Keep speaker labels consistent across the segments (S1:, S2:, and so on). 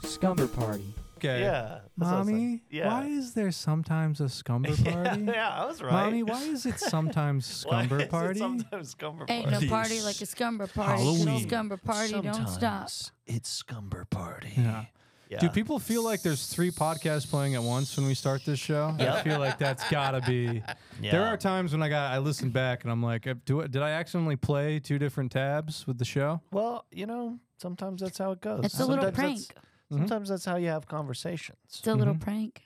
S1: Scumber party.
S2: Okay.
S3: Yeah. that's what I was saying.
S4: Mommy,
S3: Yeah.
S4: why is there sometimes a scumber
S3: yeah,
S4: party?
S3: yeah, I was right.
S4: Mommy, why is it sometimes
S3: Why is
S4: scumber
S3: it
S4: party?
S3: Sometimes scumber party.
S5: Ain't no
S2: Parties.
S5: party like a scumber party. 'cause
S2: Halloween.
S5: Scumber party don't stop.
S2: Sometimes It's Scumber Party.
S4: Yeah.
S3: Yeah.
S4: Do people feel like there's three podcasts playing at once when we start this show? I
S3: Yep.
S4: feel like that's gotta be. There
S3: Yeah.
S4: are times when I got I listen back and I'm like, uh, do it, did I accidentally play two different tabs with the show?
S3: Well, you know, sometimes that's how it goes.
S5: It's a little
S3: Sometimes
S5: prank.
S3: that's-
S4: Mm-hmm.
S3: Mm-hmm. Sometimes that's how you have conversations.
S5: It's a little prank.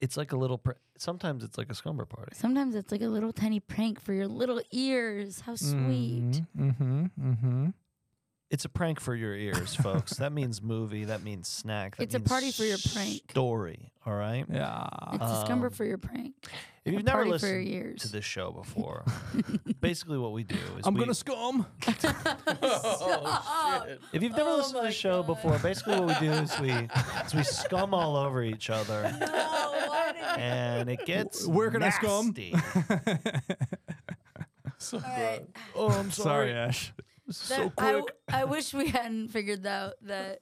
S3: It's like a little. Pr- sometimes it's like a scumber party.
S5: Sometimes it's like a little tiny prank for your little ears. How sweet.
S4: Mm-hmm. Mm-hmm.
S3: It's a prank for your ears, folks. that means movie. That means snack. That
S5: It's a
S3: means
S5: party for your prank.
S3: Story. All right.
S4: Yeah.
S5: It's a scumber
S3: Um,
S5: for your prank.
S3: If
S5: A
S3: you've never
S5: party for your
S3: listened
S5: ears.
S3: to this show before, basically what we do is
S4: I'm
S3: we,
S4: gonna scum.
S3: If you've never listened to the show before, basically what we do is we is we scum all over each other.
S5: Oh,
S3: and it gets
S4: Where can I scum?
S3: nasty. Oh, I'm
S4: Sorry, Ash.
S5: That- I, w- I wish we hadn't figured out that.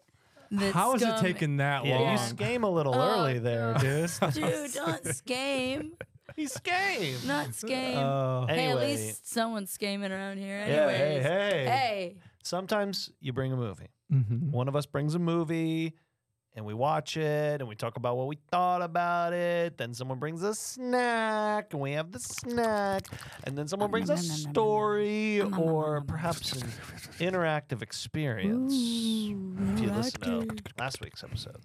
S5: that
S4: How is it
S5: scum-
S4: taking that
S3: Yeah,
S4: long?
S3: you scame a little early there, dude.
S5: Dude, don't scame.
S3: He scame.
S5: Not scame.
S4: Oh.
S5: hey, at
S3: Uh, Anyway.
S5: least someone's scaming around here.
S3: Yeah, hey,
S5: Anyways.
S3: hey.
S5: Hey,
S3: Sometimes you bring a movie.
S4: Mhm.
S3: One of us brings a movie and we watch it and we talk about what we thought about it. Then someone brings a snack and we have the snack. And then someone brings a story or perhaps an interactive experience. If you listen to last week's episode.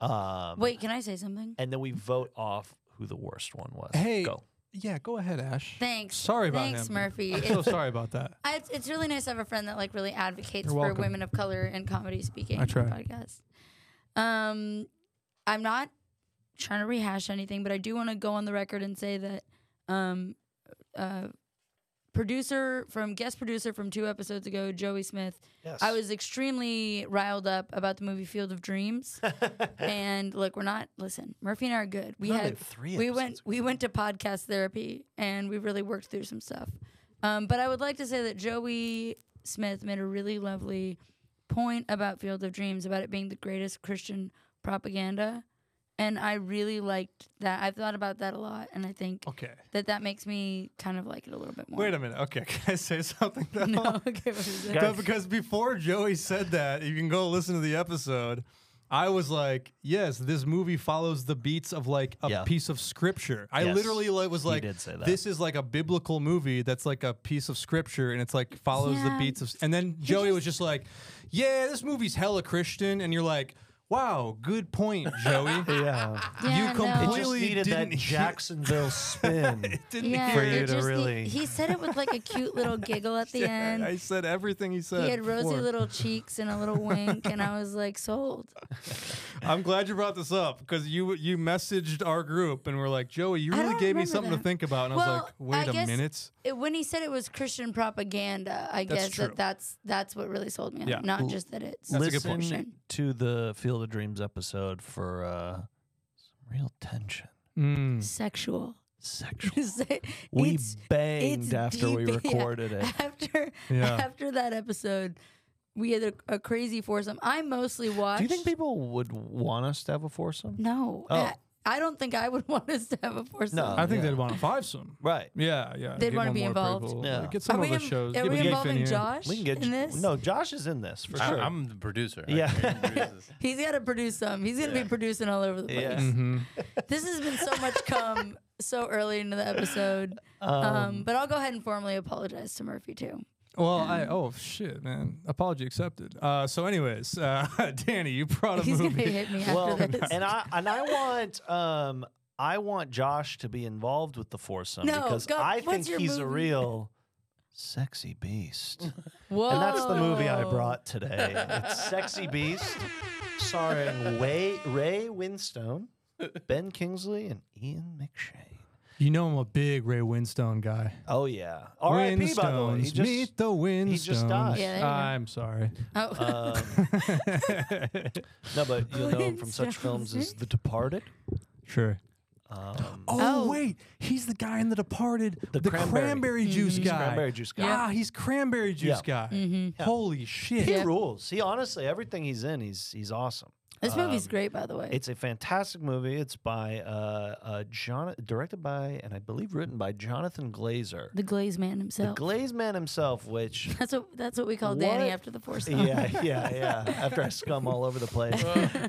S3: Um,
S5: wait, can I say something?
S3: And then we vote off who the worst one was.
S4: Hey.
S3: Go.
S4: Yeah, go ahead, Ash.
S5: Thanks.
S4: Sorry about
S5: Thanks,
S4: him.
S5: Murphy.
S4: I'm
S5: It's-
S4: so sorry about that.
S5: I, it's- it's really nice to have a friend that like really advocates
S4: You're
S5: for
S4: welcome.
S5: women of color in comedy speaking
S4: I try.
S5: podcast. Um, I'm not trying to rehash anything, but I do want to go on the record and say that um, uh, producer from guest producer from two episodes ago, Joey Smith.
S3: Yes.
S5: I was extremely riled up about the movie Field of Dreams, and look, we're not. Listen, Murphy and I are good. We
S3: Not
S5: had
S3: at three
S5: we
S3: episodes
S5: went we went to podcast therapy, and we really worked through some stuff. Um, but I would like to say that Joey Smith made a really lovely point about Field of Dreams about it being the greatest Christian propaganda, and I really liked that. I've thought about that a lot, and I think
S4: Okay.
S5: that that makes me kind of like it a little bit more.
S4: Wait a minute. Okay, can I say something though?
S5: no, okay, what is it?
S4: No, because before Joey said that, you can go listen to the episode. I was like, yes, this movie follows the beats of like a
S3: Yeah.
S4: piece of scripture. I
S3: Yes.
S4: literally like, was
S3: He
S4: like,
S3: did say that.
S4: this is like a biblical movie that's like a piece of scripture and it's like follows
S5: Yeah.
S4: the beats of. And then Joey was just like, yeah, this movie's hella Christian. And you're like, wow, good point, Joey.
S3: Yeah.
S5: Yeah,
S4: you
S5: no.
S3: It
S4: completely
S3: just needed that
S4: didn't hear-
S3: Jacksonville spin.
S4: didn't
S3: for
S4: hear
S3: you
S5: it
S3: to
S5: just- he-
S3: really-
S5: He, said it with like a cute little giggle at the end.
S4: I said everything he said.
S5: he had rosy
S4: before.
S5: little cheeks and a little wink, and I was like sold.
S4: I'm glad you brought this up because you you messaged our group and we're like, Joey, you
S5: I
S4: really
S5: don't
S4: gave me
S5: remember
S4: something to
S5: that.
S4: think about, and I was
S5: Well,
S4: like, wait
S5: I
S4: a
S5: guess-
S4: minute.
S5: It- when he said it was Christian propaganda, I
S4: That's
S5: guess
S4: true.
S5: that that's that's what really sold me on
S4: Yeah.
S5: it, not
S3: L-
S5: just that it's
S4: That's a good
S3: Listen
S4: point.
S3: to the Field of Dreams episode for uh, some real tension,
S4: Hmm.
S5: sexual.
S3: sexual.
S5: It's-
S3: We
S5: it's-
S3: banged
S5: it's
S3: after we
S5: deep, yeah.
S3: recorded it.
S5: after
S4: Yeah.
S5: after that episode, we had a, a crazy foursome. I mostly watched.
S3: Do you think people would want us to have a foursome?
S5: No,
S3: Oh.
S5: I, I don't think I would want us to have a foursome.
S3: No.
S4: I think
S3: yeah.
S4: they'd want to five some.
S3: Right.
S4: Yeah, yeah.
S5: They'd
S4: get
S5: wanna
S4: one
S5: be
S4: more
S5: involved.
S4: people.
S3: Yeah.
S4: Get some
S5: are
S4: of
S5: we,
S4: the
S5: in-
S4: shows.
S5: are
S4: get
S5: we
S4: Gafe in
S5: involving
S4: here.
S5: Josh
S3: We can get
S5: in this?
S3: No, Josh is in this for
S6: I,
S3: sure.
S6: I'm the producer. I
S3: Yeah.
S6: can't produce this.
S5: He's got to produce some. He's going to be producing all over the place.
S3: Yeah.
S4: Mhm.
S5: This has been so much come so early into the episode. Um, but I'll go ahead and formally apologize to Murphy too.
S4: Well, I oh shit, man. Apology accepted. Uh, so, anyways, uh, Danny, you brought a
S5: He's going to
S4: movie.
S5: hit me after
S3: well,
S5: this.
S3: and I and I want um I want Josh to be involved with the foursome
S5: No,
S3: because
S5: go-
S3: I
S5: what's
S3: think
S5: your
S3: he's a
S5: movie?
S3: real sexy beast.
S5: Whoa.
S3: And that's the movie I brought today. It's Sexy Beast, starring Way, Ray Winstone, Ben Kingsley, and Ian McShane.
S4: You know I'm a big Ray Winstone guy.
S3: Oh yeah. R.I.P. By the way, he
S4: Winstones, meet
S3: just,
S4: the Winstones.
S3: died.
S5: Yeah, there you go.
S4: I'm sorry.
S5: Oh,
S3: um, no, but you'll know him from such
S5: Winstones.
S3: films as The Departed.
S4: Sure.
S3: Um,
S5: Oh.
S4: wait, he's the guy in The Departed,
S3: The cranberry.
S4: juice
S3: He's cranberry juice guy.
S5: Mm-hmm. Yeah. Mm-hmm.
S4: Ah, he's cranberry juice
S3: Yeah.
S4: guy. Holy shit.
S3: He rules. He honestly, everything he's in, he's he's awesome.
S5: this movie's
S3: um,
S5: great, by the way.
S3: It's a fantastic movie. It's by uh, uh, John, directed by, and I believe written by Jonathan Glazer,
S5: the Glaze Man
S3: the
S5: himself.
S3: Glaze man himself. Which,
S5: that's what that's what we call Danny
S3: What?
S5: after the fourth song.
S3: yeah, yeah, yeah. After I scum all over the place,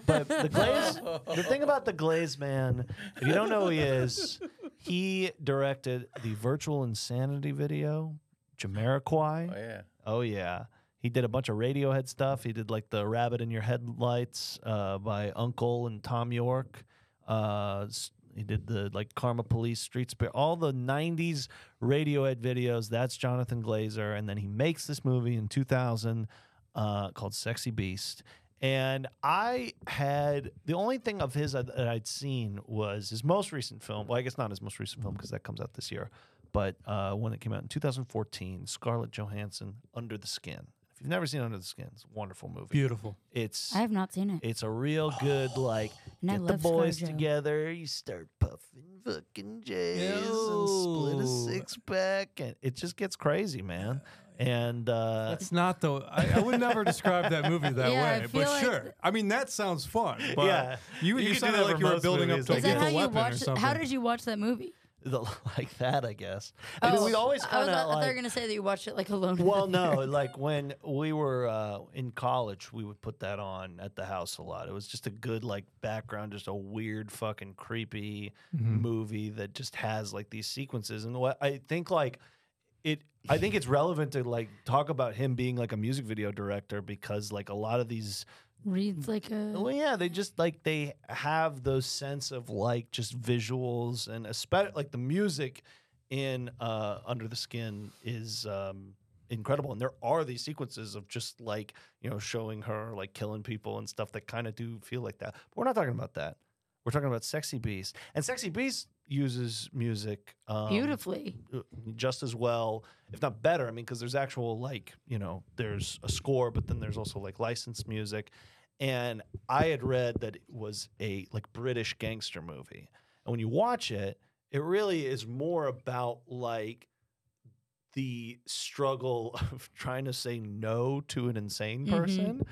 S3: but the Glaze, the thing about the Glaze man, if you don't know who he is, he directed the Virtual Insanity video, Jamiroquai.
S6: Oh yeah.
S3: Oh yeah. He did a bunch of Radiohead stuff. He did like the Rabbit in Your Headlights uh, by Uncle and Tom York. Uh, s- he did the like Karma Police, Street Spirit, all the '90s Radiohead videos. That's Jonathan Glazer, and then he makes this movie in 2000 uh, called Sexy Beast. And I had the only thing of his that I'd seen was his most recent film. Well, I guess not his most recent film because that comes out this year, but uh, one that came out in 2014, Scarlett Johansson, Under the Skin. If you've never seen Under the Skin, it's a wonderful movie.
S4: Beautiful.
S3: It's
S5: I have not seen it.
S3: it's a real good like
S5: Oh, And I
S3: get the
S5: love Scarlett
S3: boys
S5: Jo.
S3: together, you start puffing fucking J's and split a
S4: Ew.
S3: six pack, and it just gets crazy, man. And uh,
S4: That's not the. I, I would never describe that movie that
S5: Yeah,
S4: way,
S5: I feel
S4: but
S5: like
S4: sure.
S5: th-
S4: I mean, that sounds fun. But
S3: Yeah.
S4: you,
S3: You
S4: you,
S3: could do
S4: sounded
S3: that
S4: like
S3: for
S4: you were
S3: most
S4: building up
S3: movies,
S4: to
S3: like
S5: Is that
S4: lethal
S5: how you
S4: weapon or
S5: watched?
S4: something.
S5: How did you watch that movie?
S3: the, like that, I guess. I mean, we always
S5: Oh, I was
S3: kind of
S5: I thought they
S3: like.
S5: were gonna say that you watched it like alone. in
S3: well,
S5: the-
S3: no, like when we were uh, in college, we would put that on at the house a lot. It was just a good like background, just a weird fucking creepy movie that just has like these sequences. And what I think like it, I think it's relevant to like talk about him being like a music video director because like a lot of these
S5: reads like a.
S3: well, yeah, they just like they have those sense of like just visuals and especially like the music in uh, Under the Skin is um, incredible, and there are these sequences of just like you know showing her like killing people and stuff that kind of do feel like that. But we're not talking about that. We're talking about Sexy Beast, and Sexy Beast uses music um,
S5: Beautifully,
S3: uh, just as well, if not better. I mean, because there's actual like you know there's a score, but then there's also like licensed music. And I had read that it was a like British gangster movie, and when you watch it, it really is more about like the struggle of trying to say no to an insane
S5: Mhm.
S3: person.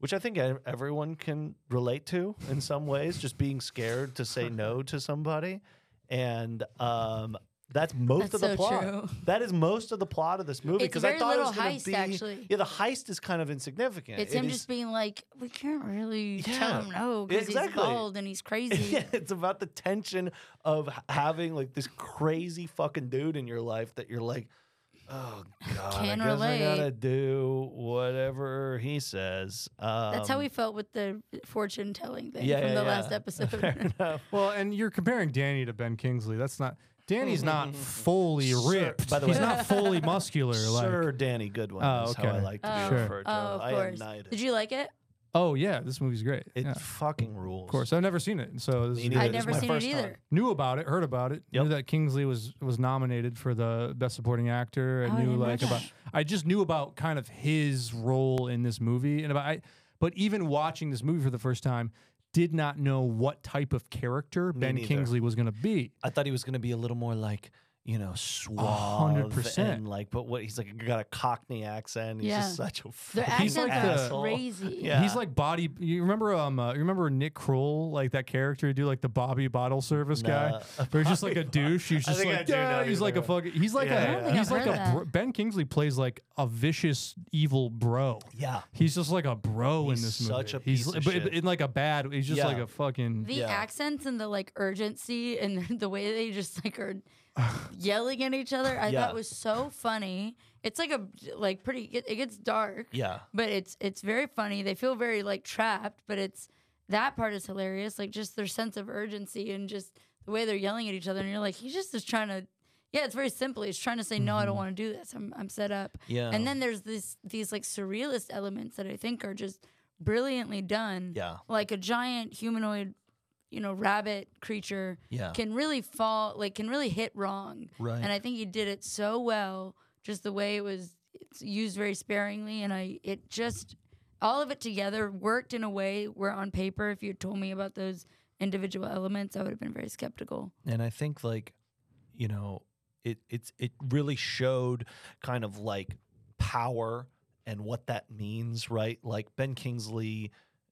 S3: Which I think e- everyone can relate to in some ways, just being scared to say no to somebody. And um, that's most
S5: That's
S3: of the
S5: so
S3: plot.
S5: true.
S3: That is most of the plot of this movie
S5: It's
S3: because I
S5: very
S3: thought it
S5: little
S3: was going
S5: heist,
S3: to be.
S5: actually.
S3: Yeah, the heist is kind of insignificant.
S5: it's
S3: It
S5: him
S3: is-
S5: just being like, we can't really
S3: Yeah,
S5: tell him no because he's
S3: exactly.
S5: bald and he's crazy.
S3: Yeah, it's about the tension of h- having like this crazy fucking dude in your life that you're like, oh god,
S5: Can
S3: I guess I
S5: relate."
S3: gotta do whatever he says. Um,
S5: That's how we felt with the fortune telling thing
S3: yeah,
S5: from
S3: yeah,
S5: the
S3: yeah.
S5: last episode.
S4: Well, and you're comparing Danny to Ben Kingsley. That's not. Danny's
S5: Mm-hmm.
S4: not fully
S3: Sir-
S4: ripped.
S3: by the
S4: he's
S3: way-
S4: not fully muscular.
S3: Sir
S4: Like,
S3: Danny Goodwin
S4: Oh,
S3: is how I
S4: okay.
S3: like to
S5: Oh,
S3: be
S5: Sure.
S3: referred
S5: oh,
S3: to.
S5: of
S3: I
S5: course.
S3: am knighted.
S5: Did you like it?
S4: oh yeah, this movie's great.
S3: it
S4: yeah, of
S3: fucking rules. Of
S4: course. I've never seen it, so this
S3: Me
S4: is
S3: neither.
S4: good.
S5: I'd
S3: it's
S5: never
S3: my
S5: seen it
S3: first time.
S5: either.
S4: knew about it, heard about it,
S3: Yep.
S4: knew that Kingsley was was nominated for the best supporting actor. I
S5: Oh, I
S4: knew
S5: didn't know
S4: like
S5: that.
S4: about I just knew about kind of his role in this movie and about I but even watching this movie for the first time did not know what type of character Ben
S3: neither.
S4: Kingsley was going to be.
S3: I thought he was going to be a little more like, you know, suave.
S4: 100%.
S3: And like, but what he's like, he got a Cockney accent. He's just
S5: Yeah.
S3: such a
S5: Their
S3: fucking
S5: accents
S4: He's like
S5: are
S3: asshole.
S5: crazy.
S3: Yeah.
S4: He's like body. You remember um? Uh, you remember Nick Kroll, like that character, do like the Bobby Bottle service guy,
S3: Nah.
S4: where he's just like a douche. He's
S3: I
S4: just
S3: think I
S4: like
S3: do know
S4: yeah.
S3: who
S4: He's
S3: you're
S4: like a
S3: talking
S4: fucking. He's like
S3: Yeah, yeah, I don't
S4: a.
S3: think
S4: He's
S5: I've
S4: like
S5: heard
S4: a.
S5: that.
S4: Bro, ben Kingsley plays like a vicious evil bro.
S3: Yeah.
S4: He's just like a bro
S3: He's
S4: in this movie.
S3: such a
S4: he's
S3: piece
S4: li-
S3: of
S4: but
S3: shit.
S4: in like a bad. He's just
S3: Yeah.
S4: like a fucking.
S5: The
S3: Yeah.
S5: accents and the like urgency and the, the way they just like are yelling at each other, I
S3: Yeah.
S5: thought was so funny. It's like a like pretty. It, it gets dark.
S3: Yeah.
S5: but it's it's very funny. They feel very like trapped, but it's that part is hilarious. Like just their sense of urgency and just the way they're yelling at each other. And you're like, he just is trying to. Yeah, it's very simple. He's trying to say no, I don't want to do this. I'm I'm set up.
S3: Mm-hmm. Yeah.
S5: And then there's this these like surrealist elements that I think are just brilliantly done.
S3: Yeah.
S5: Like a giant humanoid you know rabbit creature
S2: Yeah.
S5: can really fall like can really hit wrong
S2: Right.
S5: and i think he did it so well just the way it was it's used very sparingly and i it just all of it together worked in a way where on paper if you had told me about those individual elements i would have been very skeptical
S2: and I think like, you know, it it's it really showed
S3: kind of like power and what that means, right? Like Ben Kingsley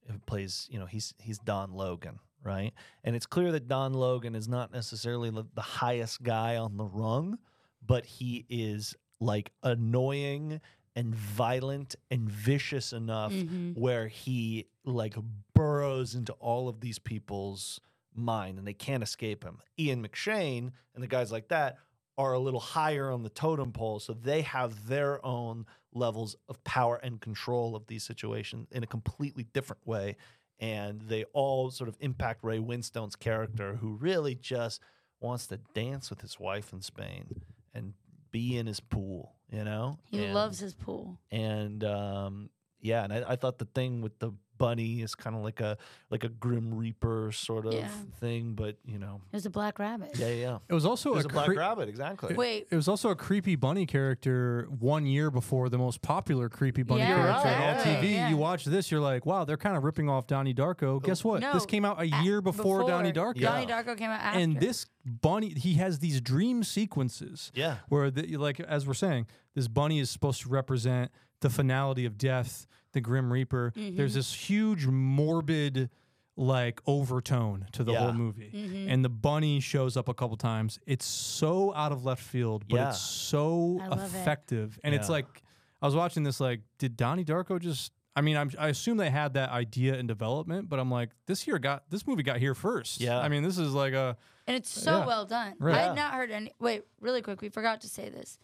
S3: uh, plays, you know, he's he's Don Logan, right? And it's clear that Don Logan is not necessarily the the highest guy on the rung, but he is like annoying and violent and vicious enough
S5: Mhm.
S3: where he like burrows into all of these people's mind and they can't escape him. Ian McShane and the guys like that are a little higher on the totem pole, so they have their own levels of power and control of these situations in a completely different way. And they all sort of impact Ray Winstone's character, who really just wants to dance with his wife in Spain and be in his pool, you know?
S5: he
S3: And-
S5: loves his pool
S3: and um, yeah, and I, I thought the thing with the bunny is kind of like a like a grim reaper sort of
S5: Yeah.
S3: thing, but you know,
S5: it was a black rabbit
S3: yeah, yeah, yeah.
S4: It was also
S3: There's
S4: a,
S3: a black
S4: cre-
S3: rabbit, exactly.
S5: wait
S4: It was also a creepy bunny character one year before the most popular creepy bunny
S5: Yeah,
S4: character
S3: exactly.
S4: on TV.
S5: Yeah.
S4: You watch this, you're like, wow, they're kind of ripping off Donnie Darko. Guess what?
S5: No,
S4: this came out a year before, Donnie Darko.
S5: Donnie Darko came out after.
S4: And this bunny, he has these dream sequences
S3: Yeah,
S4: where, the, like, as we're saying, this bunny is supposed to represent the finality of death, the Grim Reaper.
S5: Mm-hmm.
S4: There's this huge morbid, like, overtone to the
S3: Yeah.
S4: whole movie.
S5: Mm-hmm.
S4: And the bunny shows up a couple times. It's so out of left field, but
S3: Yeah.
S4: it's so
S5: I love it.
S4: effective. And it's
S3: Yeah.
S4: like, I was watching this, like, did Donnie Darko just. I mean, I'm, I assume they had that idea in development, but I'm like, this here got this movie got here first.
S3: Yeah.
S4: I mean, this is like a
S5: and it's so
S4: yeah.
S5: well done.
S4: Right.
S5: I had not heard any. Wait, really quick, we forgot to say this.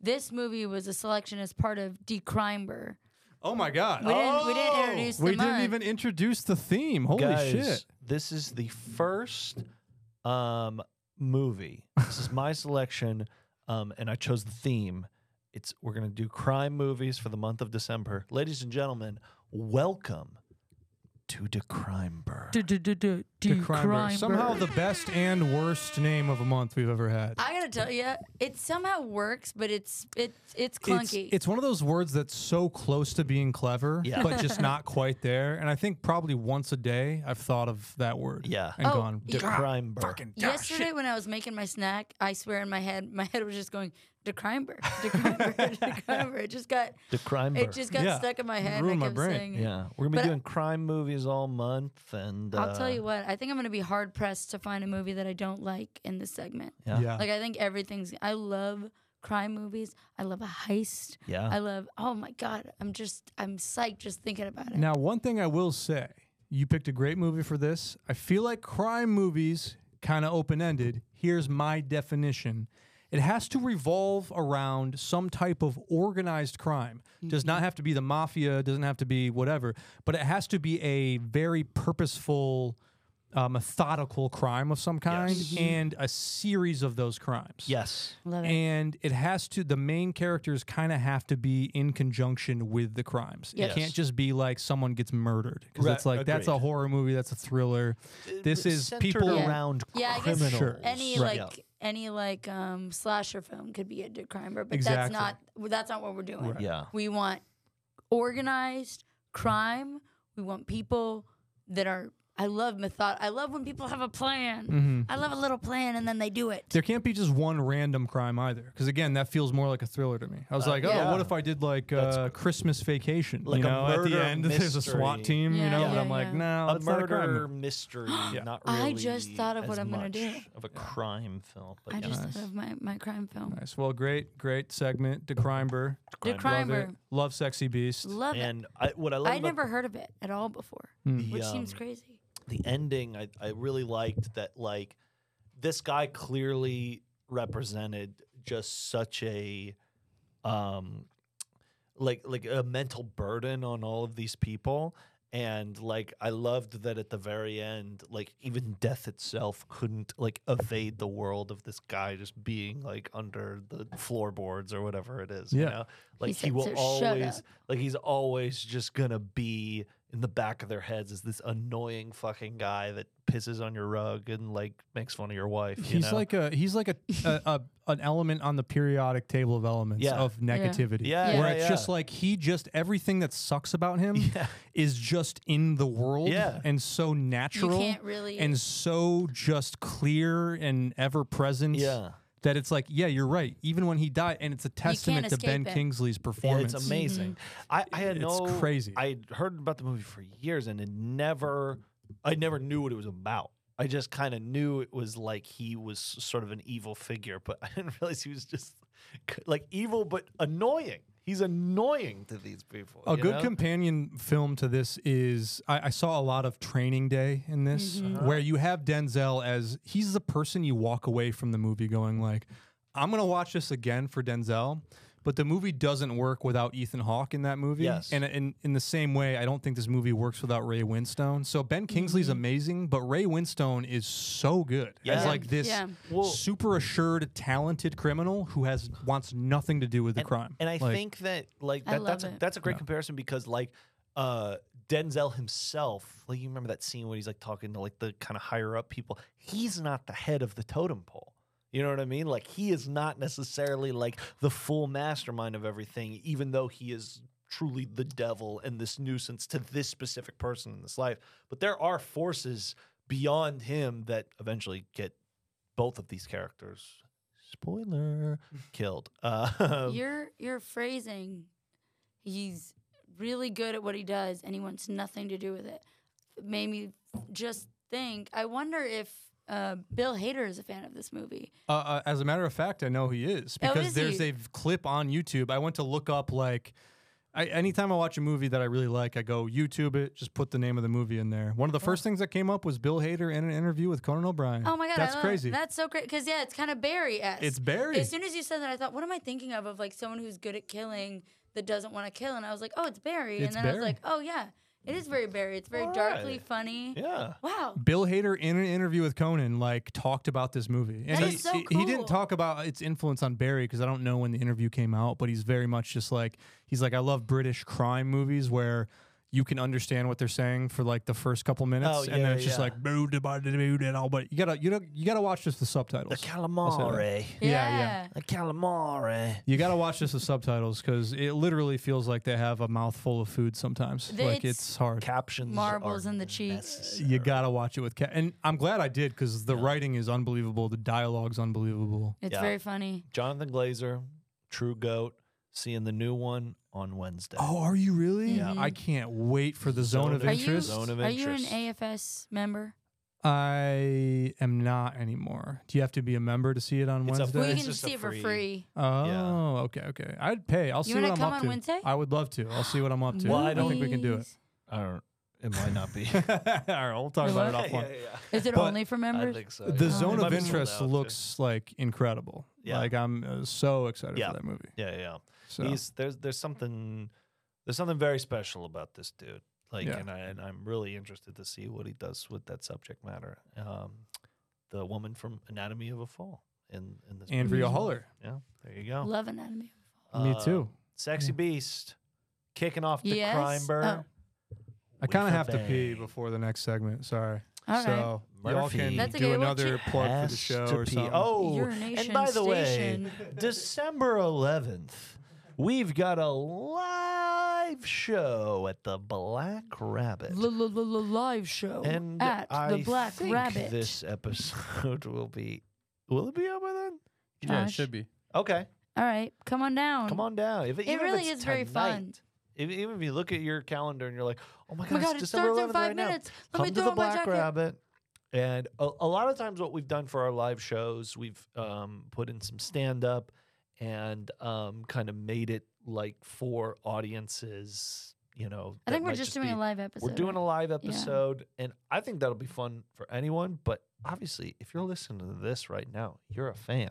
S5: This movie was a selection as part of D. Crimer.
S4: oh my god.
S5: We didn't. We didn't
S3: Oh!
S5: introduce.
S4: We
S5: the
S4: didn't
S5: month.
S4: even introduce the theme. Holy
S3: guys,
S4: shit.
S3: this is the first um, movie. This is my selection, um, and I chose the theme. It's we're gonna do crime movies for the month of December, ladies and gentlemen. Welcome to De Crimeburg.
S4: The crime bird. Somehow the best and worst name of a month we've ever had.
S5: I gotta tell you, it somehow works, but it's it's it's
S4: It's,
S5: clunky.
S4: it's one of those words that's so close to being clever,
S3: Yeah.
S4: but just not quite there. And I think probably once a day I've thought of that word.
S3: Yeah.
S4: And
S5: Oh,
S4: gone.
S5: yeah.
S3: De Crimeburg.
S5: Yesterday
S4: Ah,
S5: when I was making my snack, I swear in my head, my head was just going De Crimer, De Crimer, De Crimer. It just got
S3: De Crimeburg.
S5: it just got
S4: Yeah.
S5: stuck in my head.
S4: Ruined
S5: and
S4: my
S5: I kept
S4: brain.
S5: saying it.
S3: Yeah, we're gonna
S5: But
S3: be
S5: I-
S3: doing crime movies all month, and uh,
S5: I'll tell you what, I think I'm gonna be hard pressed to find a movie that I don't like in this segment.
S4: Yeah.
S5: Like I think everything's I love crime movies. I love a heist.
S3: Yeah.
S5: I love oh my god, I'm just I'm psyched just thinking about it.
S4: Now, one thing I will say, you picked a great movie for this. I feel like crime movies kind of open ended. Here's my definition it has to revolve around some type of organized crime. Does
S5: Mm-hmm.
S4: not have to be the mafia, doesn't have to be whatever, but it has to be a very purposeful. Uh, methodical crime of some kind and a series of those crimes.
S3: yes,
S5: love it.
S4: And it has to, the main characters kind of have to be in conjunction with the crimes.
S5: Yes.
S4: It can't just be like someone gets murdered. Because
S3: Right,
S4: it's like, that's a
S3: agreed.
S4: horror movie, that's a thriller. This
S3: It's
S4: is
S3: centered
S4: people.
S5: Yeah.
S3: around
S5: yeah, I guess
S3: criminals.
S5: any
S3: Right.
S5: like any like um slasher film could be a good crime, but that's
S4: Exactly.
S5: not that's not what we're doing.
S3: yeah,
S5: We want organized crime. We want people that are I love method I love when people have a plan.
S4: Mm-hmm.
S5: I love a little plan and then they do it.
S4: There can't be just one random crime either. Because again, that feels more like a thriller to me. I was like, oh,
S3: Uh, yeah.
S4: what if I did like uh, Christmas vacation?
S3: Like
S4: you
S3: a
S4: know, at the
S3: murder
S4: end, there's a SWAT
S3: mystery.
S4: team,
S5: Yeah,
S4: you know,
S5: yeah,
S4: and I'm like,
S5: yeah.
S4: no,
S3: a
S4: it's not a crime.
S3: murder
S4: movie."
S3: mystery. Not really.
S5: I just thought of
S3: as
S5: what I'm gonna
S3: much
S5: do.
S3: Of a crime film, but
S5: I
S3: yeah.
S5: just thought of my, my crime film.
S4: Nice. Well, great, great segment. De Crimeber.
S5: The
S4: Love it.
S5: Crimer.
S4: Love Sexy Beast.
S5: Love it.
S3: and I, what I love
S5: I
S3: about
S5: never heard of it at all before,
S3: the,
S5: which seems
S3: um,
S5: crazy.
S3: the ending I, I really liked that like this guy clearly represented just such a um like like a mental burden on all of these people and like i loved that at the very end like even death itself couldn't like evade the world of this guy just being like under the floorboards or whatever it is you
S4: Yeah.
S3: know like he,
S5: said,
S3: will
S5: "So shut
S3: always
S5: up."
S3: like he's always just gonna be in the back of their heads is this annoying fucking guy that pisses on your rug and like makes fun of your wife. you
S4: He's
S3: know?
S4: like a he's like a, a, a an element on the periodic table of elements
S3: Yeah.
S4: of negativity.
S3: Yeah,
S5: Yeah.
S4: where
S3: yeah,
S4: it's just
S3: yeah.
S4: like he just everything that sucks about him
S3: Yeah.
S4: is just in the world
S3: Yeah.
S4: and so
S5: You
S4: natural
S5: can't really.
S4: and so just clear and ever present
S3: yeah.
S4: that it's like yeah you're right even when he died and it's a testament to
S5: escape
S4: Ben
S5: it.
S4: Kingsley's
S3: Yeah,
S4: performance.
S3: it's amazing. I, I had
S4: It's
S3: no
S4: crazy.
S3: I had heard about the movie for years and it never I never knew what it was about. I just kind of knew it was like he was sort of an evil figure, but I didn't realize he was just like evil but annoying. He's annoying to these people.
S4: A
S3: you
S4: good
S3: know?
S4: companion film to this is I, I saw a lot of Training Day in this,
S3: Uh-huh.
S4: where you have Denzel as he's the person you walk away from the movie going like, I'm gonna watch this again for Denzel, but the movie doesn't work without Ethan Hawke in that movie.
S3: Yes.
S4: And in in the same way, I don't think this movie works without Ray Winstone. So Ben Kingsley's amazing, but Ray Winstone is so good as
S3: Mm-hmm. Yeah.
S4: like this
S5: Yeah.
S3: Well-
S4: super assured, talented criminal who has wants nothing to do with the crime.
S3: And I
S4: Like,
S3: think that like
S5: I
S3: that, that's
S5: love
S3: a,
S5: it.
S3: that's a great comparison because like uh Denzel himself, like you remember that scene where he's like talking to like the kind of higher up people. He's not the head of the totem pole. You know what I mean? Like he is not necessarily like the full mastermind of everything, even though he is truly the devil and this nuisance to this specific person in this life. But there are forces beyond him that eventually get both of these characters. Spoiler killed. Uh,
S5: your your phrasing he's really good at what he does and he wants nothing to do with it made me just think i wonder if uh, bill hader is a fan of this movie
S4: Uh, uh, as a matter of fact, I know he is
S5: Oh,
S4: because
S5: is
S4: there's
S5: he?
S4: a v- clip on YouTube. I went to look up like, I, anytime I watch a movie that I really like, I go YouTube it. Just put the name of the movie in there. One of the first things that came up was Bill Hader in an interview with Conan O'Brien.
S5: oh my god I
S4: that's
S5: love it.
S4: crazy.
S5: that's so great because yeah it's kind of barry-esque
S4: it's Barry.
S5: as soon as you said that i thought what am i thinking of of like someone who's good at killing that doesn't want to kill and i was like oh it's barry
S4: It's
S5: and then i was
S4: Barry.
S5: like oh yeah it is very barry it's very
S3: All
S5: darkly
S3: right.
S5: funny
S3: yeah.
S5: wow
S4: Bill Hader in an interview with Conan like talked about this movie, and
S5: That
S4: he,
S5: is so
S4: he- he didn't
S5: cool.
S4: talk about its influence on Barry because I don't know when the interview came out, but he's very much just like he's like I love British crime movies where you can understand what they're saying for like the first couple minutes,
S3: Oh,
S4: and
S3: yeah,
S4: then it's just
S3: yeah.
S4: like "Boo, da, ba, da, boo, da, da," but you gotta you know you gotta watch this with
S3: The
S4: subtitles.
S3: calamari.
S4: yeah.
S3: The calamari.
S4: you gotta watch this with subtitles because it literally feels like they have a mouthful of food sometimes.
S5: The-
S4: like
S5: it's-
S4: it's, hard.
S3: Captions.
S5: Marbles
S3: are
S5: in the cheek.
S3: necessary.
S4: you gotta watch it with cat, and I'm glad I did because the writing is unbelievable. The dialogue's unbelievable.
S5: it's
S3: Yeah.
S5: very funny
S3: Jonathan Glazer, True Goat, seeing the new one on Wednesday.
S4: Oh, are you really?
S5: Yeah. Mhm.
S4: I can't wait for the zone,
S3: Zone
S4: of
S3: of-
S5: Are
S4: interest.
S5: you,
S3: Mm-hmm. Zone of
S5: are you an
S3: interest.
S5: AFS member?
S4: I am not anymore. Do you have to be a member to see it on
S3: It's a
S4: Wednesday?
S5: Well,
S3: It's
S5: you can
S3: just a
S5: see it for
S3: free-
S5: free.
S4: oh,
S3: yeah.
S4: okay, okay. I'd pay. I'll
S5: You
S4: see what
S5: wanna
S4: I'm
S5: come
S4: up
S5: on
S4: to.
S5: Wednesday?
S4: I would love to. I'll see what I'm up to.
S5: Well,
S4: I don't think we can do it.
S5: Movies.
S3: I don't. It might not be.
S4: All right, we'll talk about it
S5: Yeah,
S4: offline.
S5: Is it
S4: But
S5: only for
S3: I
S5: members?
S3: think so.
S4: The
S3: yeah.
S4: zone
S3: It might
S4: of
S3: be sold
S4: interest
S3: out, too.
S4: looks like incredible.
S3: Yeah.
S4: Like I'm uh, so excited
S3: Yeah.
S4: for that movie.
S3: Yeah, yeah.
S4: So
S3: He's there's there's something there's something very special about this dude. Like,
S4: Yeah.
S3: and I and I'm really interested to see what he does with that subject matter. Um, the woman from Anatomy of a Fall in in this. movie.
S4: Andrea
S5: Mhm.
S4: Holler.
S3: Yeah, there you go.
S5: Love Anatomy.
S4: Me
S3: Uh,
S4: too.
S3: Sexy
S4: Yeah.
S3: Beast kicking off the
S5: Yes?
S3: crime bird.
S5: Oh.
S4: I kind of
S3: With a
S4: have to pee
S3: bang.
S4: before the next segment. Sorry.
S5: All right.
S4: so y'all
S3: Murphy.
S4: can
S5: That's okay,
S4: do
S5: we'll
S4: another
S5: check-
S4: plug for the
S3: Has
S4: show
S3: to
S4: or
S3: pee.
S4: something.
S3: Oh,
S5: Urination
S3: and by the
S5: station.
S3: way, December 11th, we've got a live show at the Black Rabbit.
S5: Live show
S3: and
S5: at
S3: I
S5: the Black
S3: think
S5: Rabbit.
S3: this episode will be. Will it be out by then?
S6: Yeah, it
S5: Josh.
S6: should be.
S3: Okay,
S5: All right, come on down.
S3: come on down. If, even if
S5: Um, really
S3: it's
S5: is very fun.
S3: tonight, If, even if you look at your calendar and you're like, "Oh my
S5: Oh my
S3: God,
S5: God,
S3: it's
S5: it
S3: December
S5: starts
S3: 11th
S5: in five
S3: right now."
S5: minutes. Let
S3: come
S5: me
S3: to
S5: throw
S3: the
S5: on my
S3: Black
S5: jacket.
S3: Rabbit. And a, a lot of times, what we've done for our live shows, we've um, put in some stand up and um, kind of made it like for audiences. You know,
S5: I
S3: that
S5: think we're
S3: might
S5: just doing
S3: be-
S5: a live episode.
S3: We're doing a live episode, and I think that'll be fun for anyone. But obviously, if you're listening to this right now, you're a fan.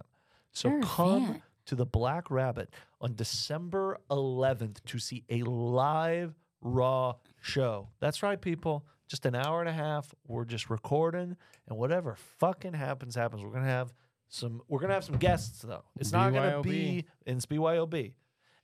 S3: So
S5: You're a
S3: come
S5: fan.
S3: to the Black Rabbit on December 11th to see a live raw show. That's right, people. Just an hour and a half. We're just recording, and whatever fucking happens, happens. We're gonna have some. We're gonna have some guests though. It's not gonna
S6: BYOB.
S3: be. And it's BYOB.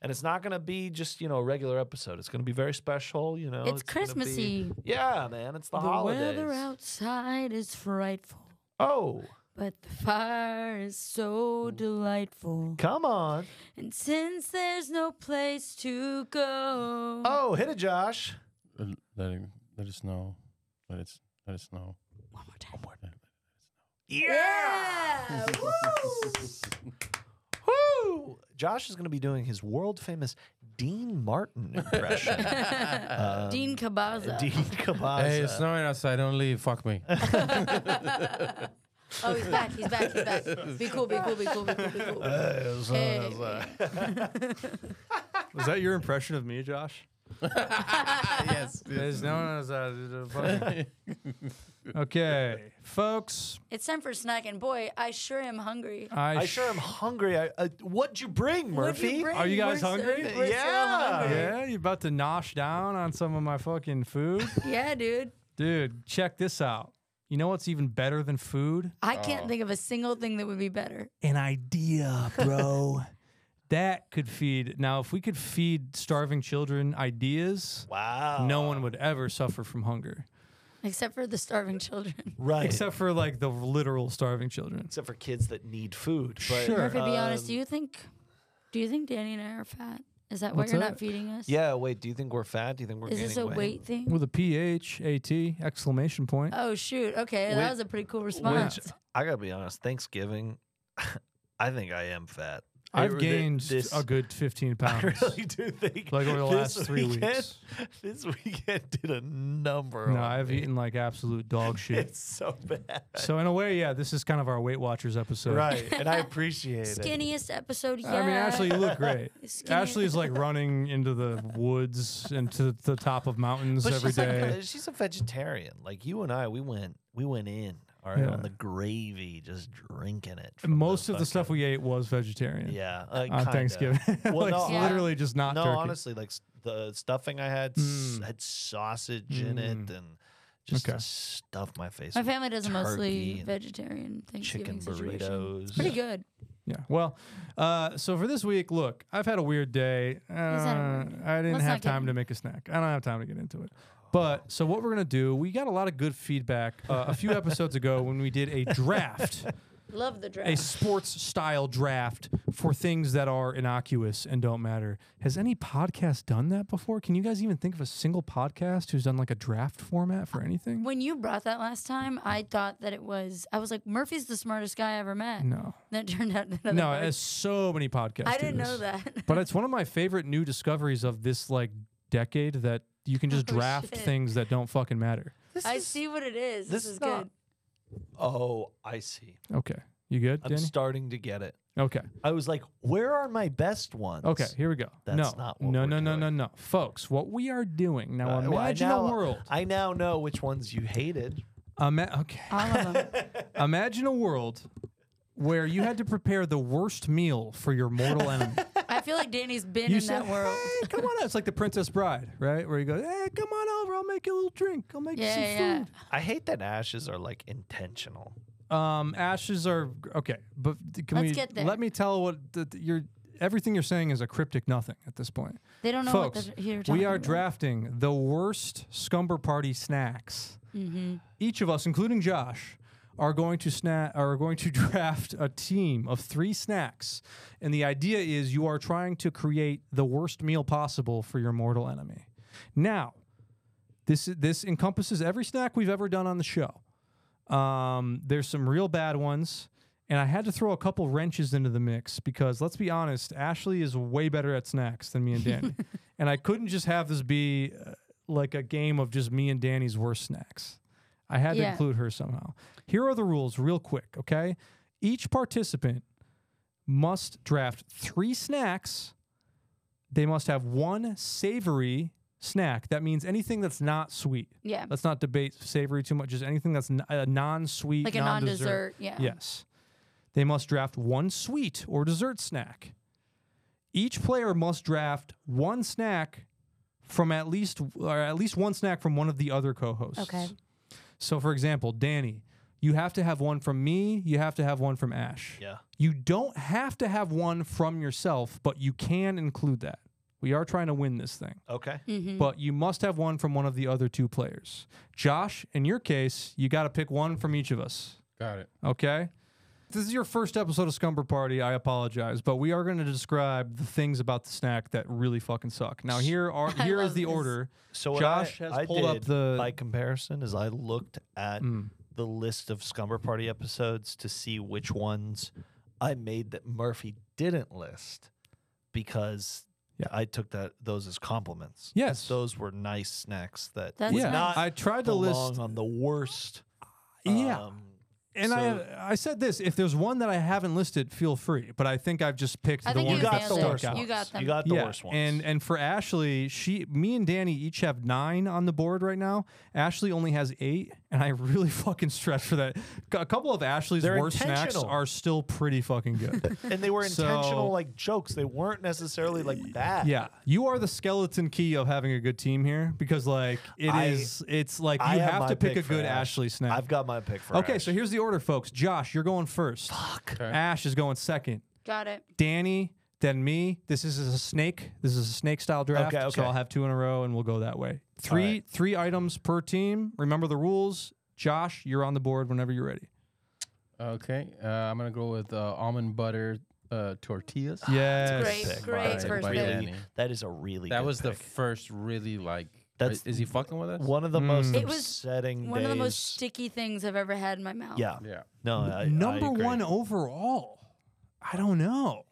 S3: and it's not gonna be just you know a regular episode. It's gonna be very special. You know,
S5: it's,
S3: gonna be-
S5: Christmassy.
S3: yeah, man, it's the,
S5: The,
S3: holidays.
S5: weather outside is frightful,
S3: Oh,
S5: but the fire is so delightful.
S3: come on!
S5: And since there's no place to go,
S3: Oh, hit it, Josh.
S6: L- Uh, Let it, let it snow. Let it s- let it snow.
S5: one more time.
S3: Yeah.
S5: Yeah!
S3: Woo! Josh is going to be doing his world famous Dean Martin impression. Um,
S5: Dean Cabaza.
S3: Dean Cabaza.
S6: Hey, it's snowing outside. Don't leave. Fuck me.
S5: Oh, he's back. He's back. He's back. Be cool. Be cool. Be cool. Be cool. Be cool. Hey.
S4: Was that your impression of me, Josh?
S6: yes.
S4: There's no one
S3: uh,
S4: Okay, folks.
S5: It's time for a snack, and boy, I sure am hungry.
S4: I,
S3: I sure am hungry. I, uh, what'd you bring, Murphy?
S4: Are you guys hungry?
S3: Yeah.
S4: Yeah, you about to nosh down on some of my fucking food?
S5: Yeah. yeah, dude.
S4: Dude, check this out. You know what's even better than food?
S5: I
S3: Oh.
S5: can't think of a single thing that would be better.
S4: An idea, bro. that could feed. Now, if we could feed starving children ideas,
S3: Wow.
S4: no one would ever suffer from hunger.
S5: Except for the starving children.
S3: Right. Except,
S4: Except for like the literal starving children.
S3: for kids that need food. But,
S4: Sure.
S5: Murphy, be honest,
S3: um,
S5: do you think do you think Danny and I are fat? Is that why
S4: What's
S5: you're
S4: that?
S5: not feeding us?
S3: Yeah, wait. Do you think we're fat? Do you think we're
S5: Is
S3: gaining
S5: this a
S3: weight?
S5: weight thing?
S4: With a P H A T exclamation point.
S5: Oh shoot. Okay,
S6: Which-
S5: that was a pretty cool response.
S3: I gotta be honest. Thanksgiving, I think I am fat. I
S4: I've
S3: re-
S4: gained
S3: this-
S4: a good 15
S3: I
S4: pounds.
S3: really do think
S4: Like over the
S3: this
S4: last three
S3: weekend-
S4: weeks.
S3: This weekend did a number.
S4: No,
S3: on
S4: I've
S3: me.
S4: eaten like absolute dog shit.
S3: It's so bad.
S4: so in a way, yeah, this is kind of our Weight Watchers episode.
S3: Right, and I appreciate it.
S5: Skinniest episode yet.
S4: I mean, Ashley, you look great.
S5: Skinny-
S4: Ashley's like running into the woods and to the top of mountains
S3: But
S4: every
S3: she's, like,
S4: day.
S3: uh, she's a vegetarian. Like you and I, we went, we went in, all right,
S4: Yeah.
S3: on the gravy, just drinking it. from
S4: Most of the stuff
S3: fucking-
S4: we ate was vegetarian
S3: yeah, uh,
S4: on
S3: kinda.
S4: Thanksgiving.
S3: Well,
S4: like,
S3: no,
S4: it's
S5: Yeah.
S4: literally just not
S3: No,
S4: turkey.
S3: honestly, like s- the stuffing I had s-
S4: Mm.
S3: had sausage in it,
S4: Mm.
S3: and just
S4: Okay.
S3: to stuff my face.
S5: My
S3: with
S5: family does a
S3: turkey
S5: mostly
S3: and
S5: vegetarian
S3: chicken
S5: Thanksgiving situation.
S3: burritos.
S5: It's pretty good.
S4: Yeah. Well, uh, so for this week, look, I've had a weird day. Uh,
S5: had a weird day.
S4: I didn't
S5: Let's
S4: have
S5: not get
S4: time to
S5: in-
S4: make a snack. I don't have time to get into it. But so what we're gonna do? We got a lot of good feedback uh, a few episodes ago when we did a draft,
S5: Love the
S4: a
S5: dress.
S4: sports style draft for things that are innocuous and don't matter. Has any podcast done that before? Can you guys even think of a single podcast who's done like a draft format for anything?
S5: When you brought that last time, I thought that it was. I was like, Murphy's the smartest guy I ever met.
S4: No,
S5: That turned out that other
S4: no.
S5: part-
S4: As so many podcasts.
S5: I
S4: do
S5: didn't know
S4: this.
S5: that.
S4: but it's one of my favorite new discoveries of this like decade that you can just
S5: Oh,
S4: draft
S5: shit.
S4: things that don't fucking matter.
S3: This
S5: I
S3: is-
S5: see what it is.
S3: this
S5: This, is
S3: is not-
S5: good.
S3: Oh, I see.
S4: Okay. You good,
S3: I'm
S4: Danny?
S3: starting to get it.
S4: okay.
S3: I was like, where are my best ones?
S4: Okay, here we go.
S3: That's
S4: no.
S3: not what
S4: no,
S3: we're
S4: no, no, no,
S3: doing.
S4: no. Folks, what we are doing now
S3: Uh, well, I
S4: imagine
S3: now-
S4: a world.
S3: I now know which ones you hated.
S4: Ima- okay.
S5: All of them.
S4: imagine a world where you had to prepare the worst meal for your mortal enemy.
S5: I feel like Danny's been
S4: you
S5: in
S4: said,
S5: that world.
S4: "Hey, come on out. It's like the Princess Bride, right? Where you go, hey, come on over. I'll make you a little drink. I'll make you
S5: Yeah,
S4: some
S5: yeah.
S4: food.
S3: I hate that ashes are like intentional.
S4: Um, ashes are okay, but th- can
S5: Let's
S4: we
S5: get there.
S4: let me tell what the, you're everything you're saying is a cryptic nothing at this point,
S5: They don't know
S4: folks.
S5: what they're here talking
S4: We are
S5: about.
S4: drafting the worst scumber party snacks.
S5: Mm-hmm.
S4: Each of us, including Josh, are going to snack are going to draft a team of three snacks, and the idea is you are trying to create the worst meal possible for your mortal enemy. Now, this this encompasses every snack we've ever done on the show. Um, there's some real bad ones, and I had to throw a couple wrenches into the mix because let's be honest, Ashley is way better at snacks than me and Danny, and I couldn't just have this be uh, like a game of just me and Danny's worst snacks. I had to
S5: Yeah.
S4: include her somehow. Here are the rules, real quick, okay? Each participant must draft three snacks. They must have one savory snack. That means anything that's not sweet.
S5: Yeah.
S4: Let's not debate savory too much. Just anything that's n- a non-sweet,
S5: Like a non
S4: non-dessert.
S5: dessert. Yeah.
S4: Yes, they must draft one sweet or dessert snack. Each player must draft one snack from at least or at least one snack from one of the other co-hosts.
S5: Okay.
S4: So, for example, Danny, You have to have one from me. You have to have one from Ash.
S3: Yeah.
S4: You don't have to have one from yourself, but you can include that. We are trying to win this thing,
S3: Okay.
S5: Mm-hmm.
S4: but you must have one from one of the other two players. Josh, in your case, you got to pick one from each of us.
S6: Got it.
S4: Okay. This is your first episode of Scumber Party. I apologize, but we are going to describe the things about the snack that really fucking suck. Now here are
S5: I
S4: here is
S5: love
S4: the
S5: this.
S4: order.
S3: So what
S4: Josh
S3: I,
S4: has
S3: I
S4: pulled up
S3: did
S4: the-
S3: by comparison is I looked at
S4: Mm.
S3: the list of Scumber Party episodes to see which ones I made that Murphy didn't list because
S4: Yeah.
S3: I took that those as compliments.
S4: Yes.
S3: Those were nice snacks that
S5: That's
S4: yeah.
S5: nice.
S3: not
S4: I tried to
S3: belong
S4: list.
S3: on the worst.
S4: Yeah.
S3: um,
S4: And
S3: so-
S4: I I said this. If there's one that I haven't listed, feel free. But I think I've just picked
S5: I
S4: the
S5: think
S4: ones
S5: you
S4: that
S3: got the
S4: stuck
S5: nailed it.
S4: out.
S5: You got them.
S3: you got the worst ones.
S4: And and for Ashley, she me and Danny each have nine on the board right now. Ashley only has eight, and I really fucking stretch for that. A couple of Ashley's
S3: They're
S4: worst snacks
S3: intentional.
S4: are still pretty fucking good.
S3: and they were
S4: So-
S3: intentional like jokes. They weren't necessarily like bad.
S4: yeah. You are the skeleton key of having a good team here because like it is.
S3: I-
S4: it's like
S3: I
S4: you
S3: have
S4: have
S3: my
S4: to pick,
S3: pick
S4: a
S3: for
S4: good
S3: Ash.
S4: Ashley snack.
S3: I've got my pick for
S4: okay,
S3: Ash.
S4: so here's the order, folks. Josh, you're going first. Fuck.
S6: Okay.
S4: Ash is going second.
S5: Got it.
S4: Danny, then me. This is a snake. This is a snake style draft.
S3: Okay,
S4: So
S3: okay.
S4: I'll have two in a row and we'll go that way. Three
S3: right.
S4: three items per team. Remember the rules. Josh, you're on the board whenever you're ready.
S6: Okay. Uh, I'm gonna go with uh, almond butter uh, tortillas.
S3: Ah,
S4: Yes.
S5: great.
S3: Pick
S5: Great
S3: by-
S5: first
S3: by
S5: pick.
S3: Danny. That is a really
S6: That
S3: good
S6: was the
S3: pick.
S6: first really like.
S3: That's-
S6: That's is he fucking with us?
S3: one
S4: Hmm.
S3: of the most
S5: It was
S3: upsetting
S5: One of the most
S3: days.
S5: sticky things I've ever had in my mouth.
S3: yeah.
S6: Yeah.
S3: No, I, I
S4: Number
S3: agree.
S4: one overall. I don't know.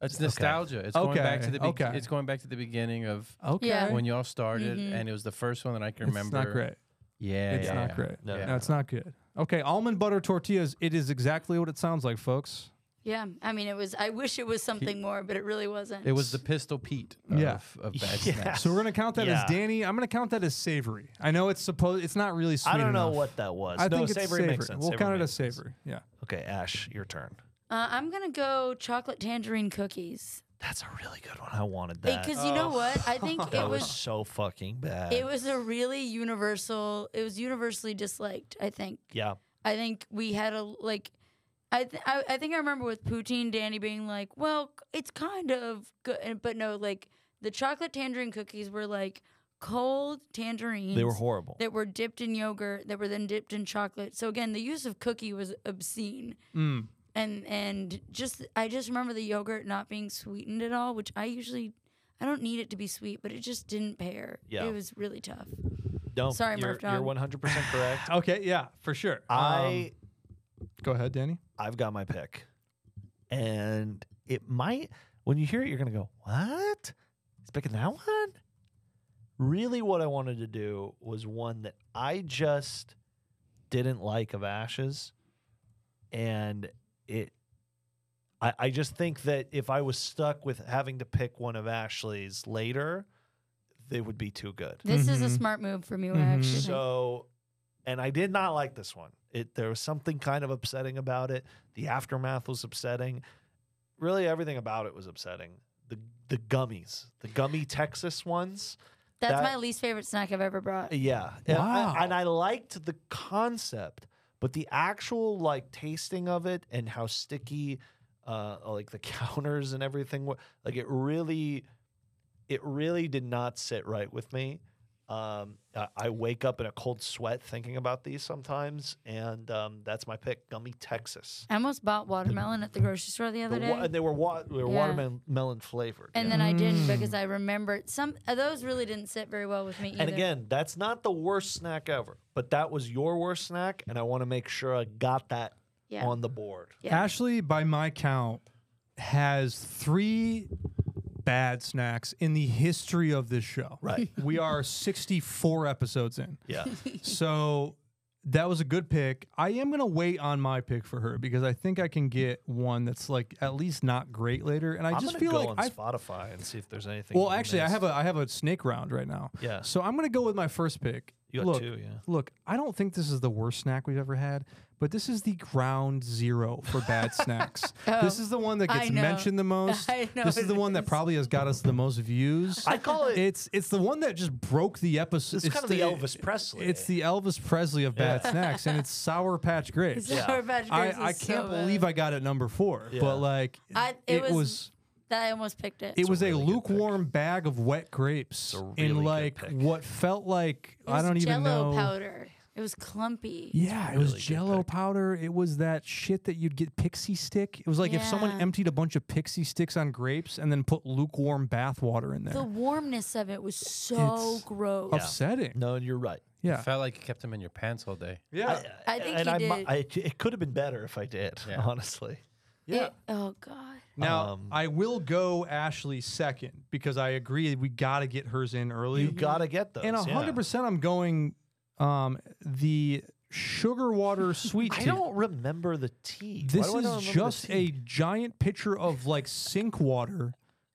S6: It's nostalgia. It's going back to the. Be-
S4: Okay, okay.
S6: It's going back to the beginning of
S4: Okay.
S5: Yeah.
S6: when y'all started,
S5: Mhm.
S6: and it was the first one that I can
S4: It's
S6: remember.
S4: not great.
S6: Yeah.
S4: It's
S6: yeah,
S4: not
S6: yeah.
S4: great.
S3: No,
S6: Yeah.
S4: No, it's not good. Okay, almond butter tortillas. It is exactly what it sounds like, folks.
S5: Yeah. I mean, it was. I wish it was something more, but it really wasn't.
S6: It was the Pistol Pete. Of,
S4: Yeah.
S6: Of bad
S3: Yeah.
S6: snacks.
S4: So we're gonna count that
S3: Yeah.
S4: as Danny. I'm gonna count that as savory. I know it's supposed. It's not really sweet.
S3: I don't know
S4: enough.
S3: what that was.
S4: I
S3: no,
S4: think it's
S3: savory,
S4: savory.
S3: makes sense.
S4: We'll
S3: Savory
S4: count it
S3: makes
S4: as
S3: sense.
S4: savory. Yeah.
S3: Okay, Ash, your turn.
S5: Uh, I'm gonna go chocolate tangerine cookies
S3: That's a really good one. I wanted that. oh.
S5: because you know what? I think
S3: that
S5: it
S3: was,
S5: was.
S3: so fucking bad.
S5: It was a really universal. It was universally disliked. I think.
S3: yeah.
S5: I think we had a like. I, th- I I think I remember with poutine, Danny being like, "Well, c- it's kind of good," and- but no, like the chocolate tangerine cookies were like cold tangerines.
S3: They were horrible.
S5: that were dipped in yogurt that were then dipped in chocolate. So again, the use of cookie was obscene.
S4: Mm.
S5: And and just I just remember the yogurt not being sweetened at all, which I usually I don't need it to be sweet, but it just didn't pair.
S3: Yeah.
S5: It was really tough.
S3: no,
S5: sorry,
S3: you're,
S5: Murph
S3: you're
S5: Dog. Um,
S3: 100% correct.
S4: Okay. Yeah. For sure. Um,
S3: I
S4: go ahead, Danny.
S3: I've got my pick. And it might, when you hear it, you're going to go, What? He's picking that one? Really, what I wanted to do was one that I just didn't like of Ashes. And it, I, I just think that if I was stuck with having to pick one of Ashley's later, they would be too good.
S5: This is a
S4: Mhm.
S5: smart move for me.
S4: Mhm.
S5: Actually,
S3: So, and I did not like this one. It there was something kind of upsetting about it. The aftermath was upsetting. Really, everything about it was upsetting. The the gummies, the gummy Texas ones.
S5: that's
S3: that-
S5: my least favorite snack I've ever brought.
S3: Yeah, and,
S4: Wow.
S3: I, and I liked the concept, but the actual like tasting of it and how sticky, uh, like the counters and everything were. Like it really, it really did not sit right with me. Um, I, I wake up in a cold sweat thinking about these sometimes, and um, that's my pick: gummy Texas.
S5: I almost bought watermelon at the grocery store the other
S3: The
S5: day.
S3: wa- and they were, wa- they were
S5: Yeah.
S3: watermelon flavored.
S5: and
S3: yeah.
S5: then I didn't because
S4: Mm.
S5: I remembered some uh, those really didn't sit very well with me either.
S3: And again, that's not the worst snack ever, but that was your worst snack, and I want to make sure I got that
S5: yeah.
S3: on the board.
S5: Yeah.
S4: Ashley, by my count, has three bad snacks in the history of this show.
S3: Right.
S4: we are 64 episodes in.
S3: Yeah.
S4: So that was a good pick. I am going to wait on my pick for her because I think I can get one that's like at least not great later. And I
S3: I'm
S4: just
S3: gonna
S4: feel
S3: go
S4: like
S3: on
S4: I
S3: Spotify and see if there's anything.
S4: Well,
S3: we
S4: actually, I
S3: missed.
S4: have a I have a snake round right now.
S3: Yeah.
S4: So I'm gonna go with my first pick,
S3: You got
S4: Look,
S3: two, yeah.
S4: Look, I don't think this is the worst snack we've ever had, but this is the ground zero for bad snacks. This
S5: Oh,
S4: is the one that
S5: I
S4: gets
S5: know.
S4: mentioned the most.
S5: I know
S4: this is
S5: it
S4: the one that
S5: is.
S4: probably has got us the most views.
S3: I call it.
S4: it's it's the one that just broke the episode.
S3: it's, kind of the Elvis Presley.
S4: It's the Elvis Presley of bad snacks, and it's Sour Patch Grapes.
S3: Yeah.
S5: Sour Patch
S4: I,
S5: Grapes
S4: I
S5: is
S4: can't
S5: so bad.
S4: believe I got it number four,
S3: Yeah.
S4: but like
S5: I- it
S4: it,
S5: was-
S4: was
S5: that I almost picked it.
S4: it was a,
S3: really good pick.
S4: lukewarm bag of wet grapes
S3: It's a really
S4: in
S3: good
S4: like
S3: pick.
S4: what felt like
S5: It was
S4: I don't even
S5: Jell-O
S4: know.
S5: powder. It was clumpy.
S4: Yeah, it was
S3: really good
S4: Jello
S3: pick.
S4: powder. It was that shit that you'd get pixie stick. It was like if someone
S5: Yeah.
S4: emptied a bunch of pixie sticks on grapes and then put lukewarm bath water in there.
S5: The warmness of it was so
S4: It's-
S5: gross.
S4: Upsetting.
S3: no, you're right.
S4: Yeah.
S6: Felt like you kept them in your pants all day.
S4: Yeah.
S5: I think
S3: and
S5: he
S3: I,
S5: did.
S3: mu- I, it could have been better if I did,
S6: Yeah.
S3: honestly.
S4: yeah.
S5: It- oh god.
S4: Now
S3: Um,
S4: I will go Ashley second because I agree we got to get hers in early.
S3: You got to get those.
S4: and
S3: yeah.
S4: hundred percent, I'm going um, the sugar water sweet
S3: I
S4: tea.
S3: don't remember the tea. Why
S4: This
S3: do I not
S4: is
S3: remember the
S4: just
S3: tea?
S4: a giant pitcher of like sink water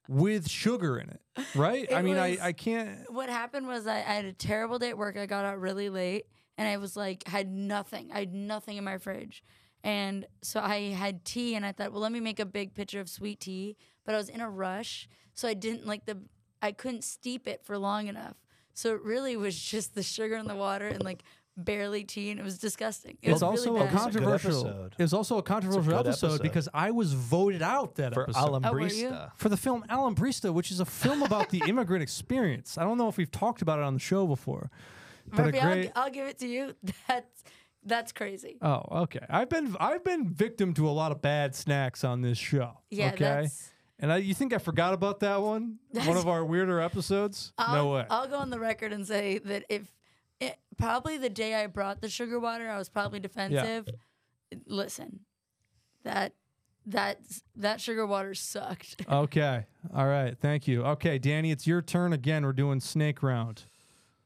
S4: with sugar in it, right? I
S5: It
S4: mean,
S5: was-
S4: I, I can't.
S5: What happened was I, I had a terrible day at work. I got out really late and I was like had nothing. I had nothing in my fridge. And so I had tea and I thought, well, let me make a big pitcher of sweet tea. But I was in a rush, so I didn't like the I couldn't steep it for long enough. So it really was just the sugar in the water and like barely tea and it was disgusting. It
S4: It's
S5: was
S4: also
S5: really
S4: a
S5: bad.
S3: con- It's a good
S4: controversial.
S3: episode.
S4: it was also a controversial
S3: good
S4: episode,
S3: episode.
S4: because I was voted out that
S3: for
S4: episode
S5: Oh, were you?
S3: Alambrista.
S4: for the film Alambrista, which is a film about the immigrant experience. I don't know if we've talked about it on the show before, but
S5: Murphy,
S4: a great.
S5: I'll, I'll give it to you. That's that's crazy.
S4: Oh, okay. I've been I've been victim to a lot of bad snacks on this show.
S5: Yeah,
S4: okay.
S5: that's.
S4: And I, you think I forgot about that one? One of our weirder episodes?
S5: I'll,
S4: no way.
S5: I'll go on the record and say that if it, probably the day I brought the sugar water, I was probably defensive. Listen, that that that sugar water sucked.
S4: okay. All right. Thank you. Okay, Danny, it's your turn again. We're doing snake round.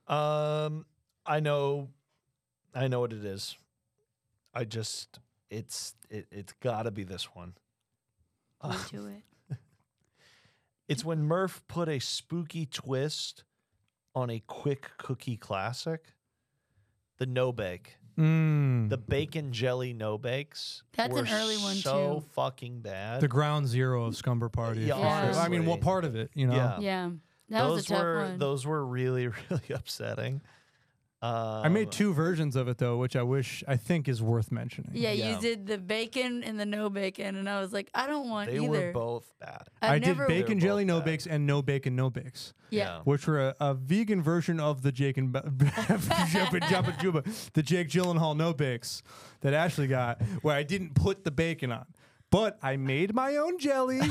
S3: Um, I know, I know what it is. I just, it's, it, it's got to be this one. Uh,
S5: Into it.
S3: it's when Murph put a spooky twist on a quick cookie classic, the no bake.
S4: Mm.
S3: The bacon jelly no bakes.
S5: That's an
S3: were
S5: early one,
S3: So
S5: too.
S3: fucking bad.
S4: the ground zero of Scumber Party.
S3: Yeah,
S4: for sure. I
S5: honestly.
S4: mean, what part of it? You know,
S3: Yeah.
S5: Yeah, that
S3: those
S5: was a tough
S3: were
S5: one.
S3: those were really really upsetting. Um,
S4: I made two versions of it though, which I wish I think is worth mentioning.
S5: yeah,
S3: yeah.
S5: you did the bacon and the no bacon, and I was like, I don't want
S3: They
S5: either.
S3: were both bad.
S5: I've
S4: I did
S5: never,
S4: bacon
S3: They're
S4: jelly
S3: both
S4: no
S3: bad.
S4: bakes and no bacon no bakes,
S5: Yeah.
S4: which were a, a vegan version of the Jake and Ba- Jumpa Jumpa Juba, the Jake Gyllenhaal no bakes that Ashley got, where I didn't put the bacon on, but I made my own jelly,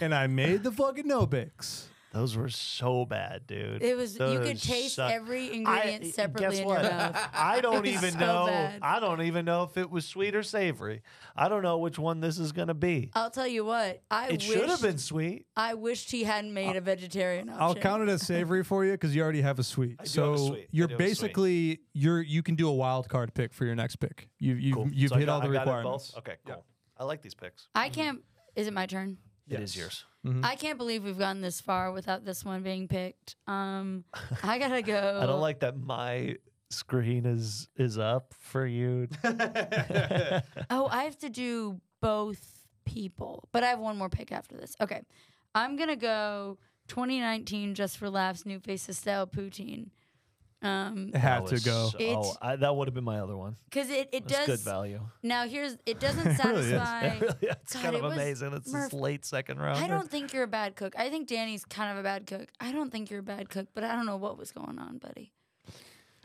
S4: and I made the fucking no bakes.
S3: Those were so bad, dude.
S5: It was you could
S3: Those
S5: taste
S3: suck-
S5: every ingredient
S3: I-
S5: separately
S3: guess
S5: in
S3: what?
S5: your mouth.
S3: I don't
S5: It was
S3: even
S5: so
S3: know.
S5: bad.
S3: I don't even know if it was sweet or savory. I don't know which one this is gonna be.
S5: I'll tell you what, I
S3: it should
S5: wish
S3: have been sweet.
S5: I wished he hadn't made a vegetarian option.
S4: I'll count it as savory for you because you already have a sweet.
S3: I do
S4: so
S3: have a sweet. I
S4: you're
S3: do have a sweet.
S4: basically you're you can do a wild card pick for your next pick. You you
S3: Cool.
S4: you've
S3: So I
S4: hit
S3: got-
S4: all the
S3: I got it both?
S4: requirements.
S3: Okay, cool. I like these picks.
S5: I can't. Is it my turn?
S3: It is yours.
S5: I can't believe we've gotten this far without this one being picked. Um, I gotta go.
S3: I don't like that my screen is is up for you.
S5: Oh, I have to do both people, but I have one more pick after this. Okay, I'm gonna go 2019 just for laughs. New faces style poutine. Um,
S4: It had
S3: That
S4: to
S3: was
S4: go.
S3: so-
S5: It-
S3: oh, I, that would have been my other one.
S5: because it it
S3: It's good
S5: does.
S3: value.
S5: Now here's it doesn't
S4: really is.
S5: satisfy.
S3: yeah, it's
S5: God,
S3: kind
S5: it
S3: of
S5: was-
S3: amazing. It's
S5: Murph,
S3: this late second round.
S5: I don't think you're a bad cook. I think Danny's kind of a bad cook. I don't think you're a bad cook, but I don't know what was going on, buddy.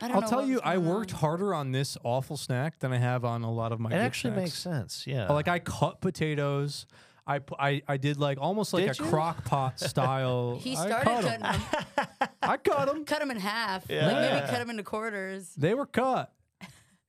S5: I don't
S4: I'll
S5: know
S4: tell
S5: what
S4: you,
S5: was
S4: I
S5: going
S4: worked
S5: on.
S4: harder on this awful snack than I have on a lot of my.
S3: It
S4: good
S3: actually
S4: snacks.
S3: makes sense. Yeah.
S4: Like I cut potatoes. I, pu- I, I did like almost like
S3: Did
S4: a
S3: you?
S4: crock pot style.
S5: He
S4: I
S5: started
S4: cut 'em.
S5: cutting them.
S4: I cut them.
S5: cut them in half. Like maybe
S3: Yeah.
S5: cut them into quarters.
S4: They were cut.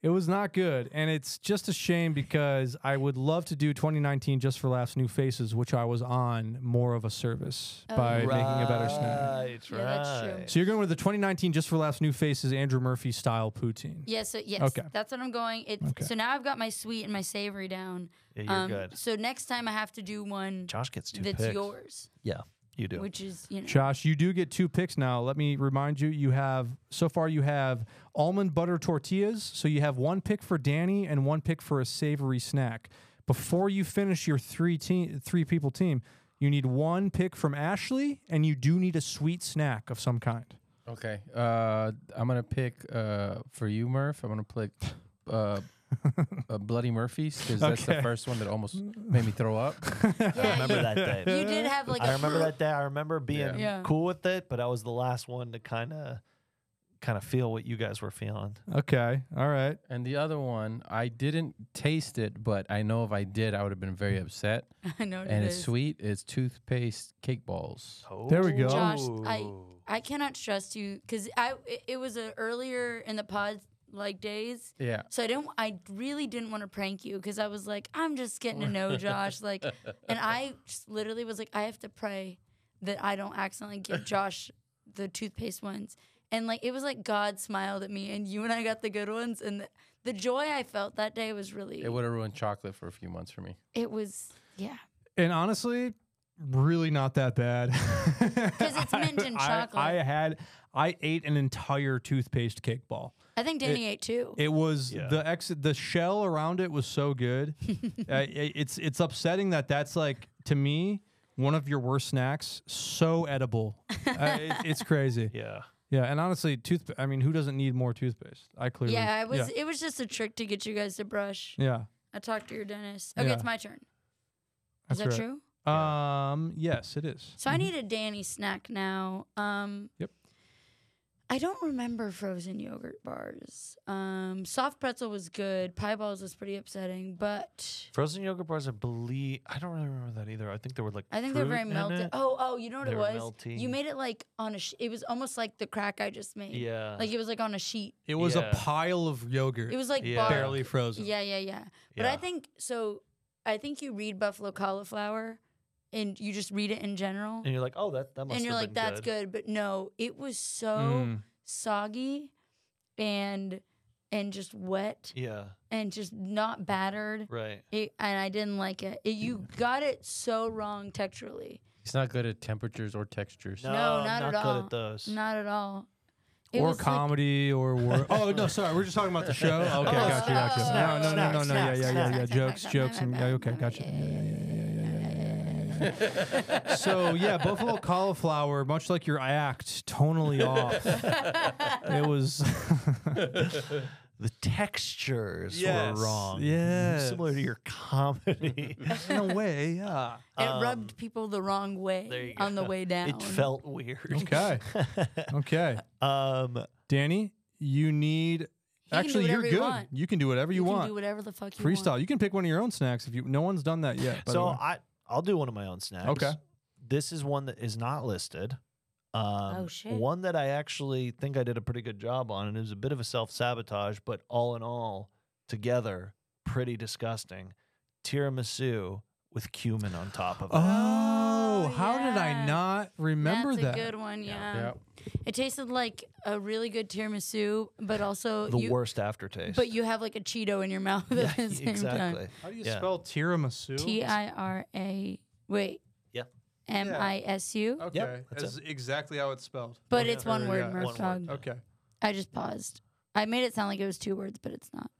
S4: It was not good, and it's just a shame because I would love to do 2019 just for laughs, new faces, which I was on more of a service
S5: Oh,
S4: by
S5: yeah.
S4: making a better snack.
S3: Right,
S5: Yeah, that's true.
S3: right.
S4: So you're going with the 2019 just for laughs, new faces, Andrew Murphy style poutine.
S5: Yes, so yes.
S4: Okay.
S5: That's what I'm going. It,
S4: Okay.
S5: So now I've got my sweet and my savory down. Um,
S3: Yeah, you're good.
S5: So next time I have to do one
S3: Josh gets two
S5: that's
S3: picks.
S5: yours.
S3: Yeah. You do.
S5: which is you know
S4: Josh, you do get two picks now. Let me remind you, you have so far you have almond butter tortillas. So you have one pick for Danny and one pick for a savory snack. Before you finish your three team three people team, you need one pick from Ashley and you do need a sweet snack of some kind.
S6: Okay. Uh, I'm gonna pick uh, for you, Murph. I'm gonna pick uh, uh, Bloody Murphy's because that's the
S4: Okay.
S6: first one that almost made me throw up.
S5: yeah,
S3: remember
S5: you,
S3: that day.
S5: you did have like
S3: I
S5: a
S3: remember that day. I remember being
S5: Yeah.
S3: cool with it, but I was the last one to kind of kind of feel what you guys were feeling.
S4: Okay. All right.
S6: And the other one, I didn't taste it, but I know if I did, I would have been very upset.
S5: I know what
S6: and
S5: it
S6: it's
S5: is.
S6: sweet. It's toothpaste cake balls.
S4: Oh. There we go.
S5: Josh, I- I cannot trust you because I it, it was a earlier in the pod like days.
S6: Yeah.
S5: So I didn't. I really didn't want to prank you because I was like, I'm just getting to know Josh. Like, and I just literally was like, I have to pray that I don't accidentally give Josh the toothpaste ones. And like, it was like God smiled at me, and you and I got the good ones. And the, the joy I felt that day was really.
S6: It would have ruined chocolate for a few months for me.
S5: It was yeah.
S4: And honestly, really not that bad. Because
S5: it's mint and chocolate.
S4: I, had I ate an entire toothpaste cake ball.
S5: I think Danny ate too.
S4: It was
S3: Yeah.
S4: the ex the shell around it was so good. uh, i- it's it's upsetting that that's like to me one of your worst snacks. So edible, uh, it- it's crazy. Yeah.
S3: yeah.
S4: and honestly, tooth. I mean, who doesn't need more toothpaste? I clearly.
S5: yeah, it was.
S4: Yeah.
S5: It was just a trick to get you guys to brush.
S4: yeah,
S5: I talked to your dentist. Okay,
S4: Yeah.
S5: it's my turn. Is
S4: that's
S5: that
S4: right.
S5: true?
S4: Um. Yes, it is.
S3: Mm-hmm.
S4: Mm-hmm.
S5: So I need a Danny snack now. Um,
S4: Yep.
S5: I don't remember frozen yogurt bars. Um, soft pretzel was good. Pie balls was pretty upsetting, but
S3: Frozen yogurt bars, I believe. I don't really remember that either. I think they were like.
S5: I think they're
S3: fruit
S5: very
S3: in
S5: melted.
S3: it.
S5: Oh, oh, you know what
S3: They
S5: it
S3: were
S5: was? You
S3: melty.
S5: made it like on a. Sh- it was almost like the crack I just made.
S3: Yeah.
S5: Like it was like on a sheet.
S4: It was
S3: Yeah.
S4: a pile of yogurt,
S5: It was like
S3: Yeah.
S5: bar-
S4: barely frozen.
S5: Yeah, yeah, yeah. But I
S3: Yeah.
S5: think so. I think you read buffalo cauliflower, and you just read it in general,
S3: and you're like, oh, that that must.
S5: and you're
S3: have
S5: like,
S3: been
S5: "That's good. But no, it was so.
S4: Mm.
S5: soggy and and just wet
S3: Yeah.
S5: and just not battered.
S3: Right.
S5: It, and I didn't like it. It- You got it so wrong texturally.
S6: It's not good at temperatures or textures.
S5: No, not at
S3: good
S5: all.
S3: at those.
S5: Not at all. It
S4: or
S5: was like- Oh,
S4: comedy or wor- oh no sorry we're just talking about the show okay gotcha gotcha
S5: snacks,
S4: no no no no no
S5: snacks,
S4: yeah
S5: snacks,
S4: yeah yeah
S5: snacks,
S4: yeah
S5: snacks,
S4: jokes
S5: snacks,
S4: jokes
S5: snacks,
S4: and yeah
S5: snacks,
S4: okay
S5: snacks,
S4: gotcha
S5: snacks,
S4: yeah yeah yeah yeah yeah yeah yeah so yeah buffalo cauliflower much like your act tonally off it was
S3: The textures
S4: Yes,
S3: were wrong.
S4: yes.
S3: Similar to your comedy.
S4: in a way yeah
S5: it rubbed people the wrong
S3: there
S5: way
S3: you
S5: on the
S3: go.
S5: way down.
S3: it felt weird.
S4: okay okay
S3: um.
S4: Danny you need
S5: can do
S4: actually you're
S5: whatever you
S4: good
S5: want.
S4: you can do whatever you,
S5: You can
S4: want
S5: do whatever the fuck you
S4: freestyle
S5: want.
S4: you can pick one of your own snacks if you no one's done that yet by the
S3: so
S4: way.
S3: I I'll do one of my own snacks.
S4: Okay.
S3: This is one that is not listed. Um,
S5: Oh, shit.
S3: One that I actually think I did a pretty good job on, and it was a bit of a self sabotage, but all in all, together, pretty disgusting. Tiramisu with cumin on top of it.
S4: Oh,
S5: Oh,
S4: how did I
S5: yeah.
S4: not remember that?
S5: That's a good one, yeah.
S6: Yeah.
S5: It tasted like a really good tiramisu, but also
S3: the
S5: you,
S3: worst aftertaste.
S5: But you have like a Cheeto in your mouth at
S3: Yeah,
S5: the same time.
S3: exactly.
S4: How do you
S3: Yeah.
S4: spell tiramisu?
S5: T I R A. Wait.
S3: Yeah.
S5: M I S U.
S4: Okay,
S3: Yep, that's
S4: that's exactly how it's spelled.
S5: But it's one
S4: Or,
S5: word,
S4: yeah,
S5: Murph
S3: one
S5: dog.
S3: word.
S4: Okay.
S5: I just paused. I made it sound like it was two words, but it's not.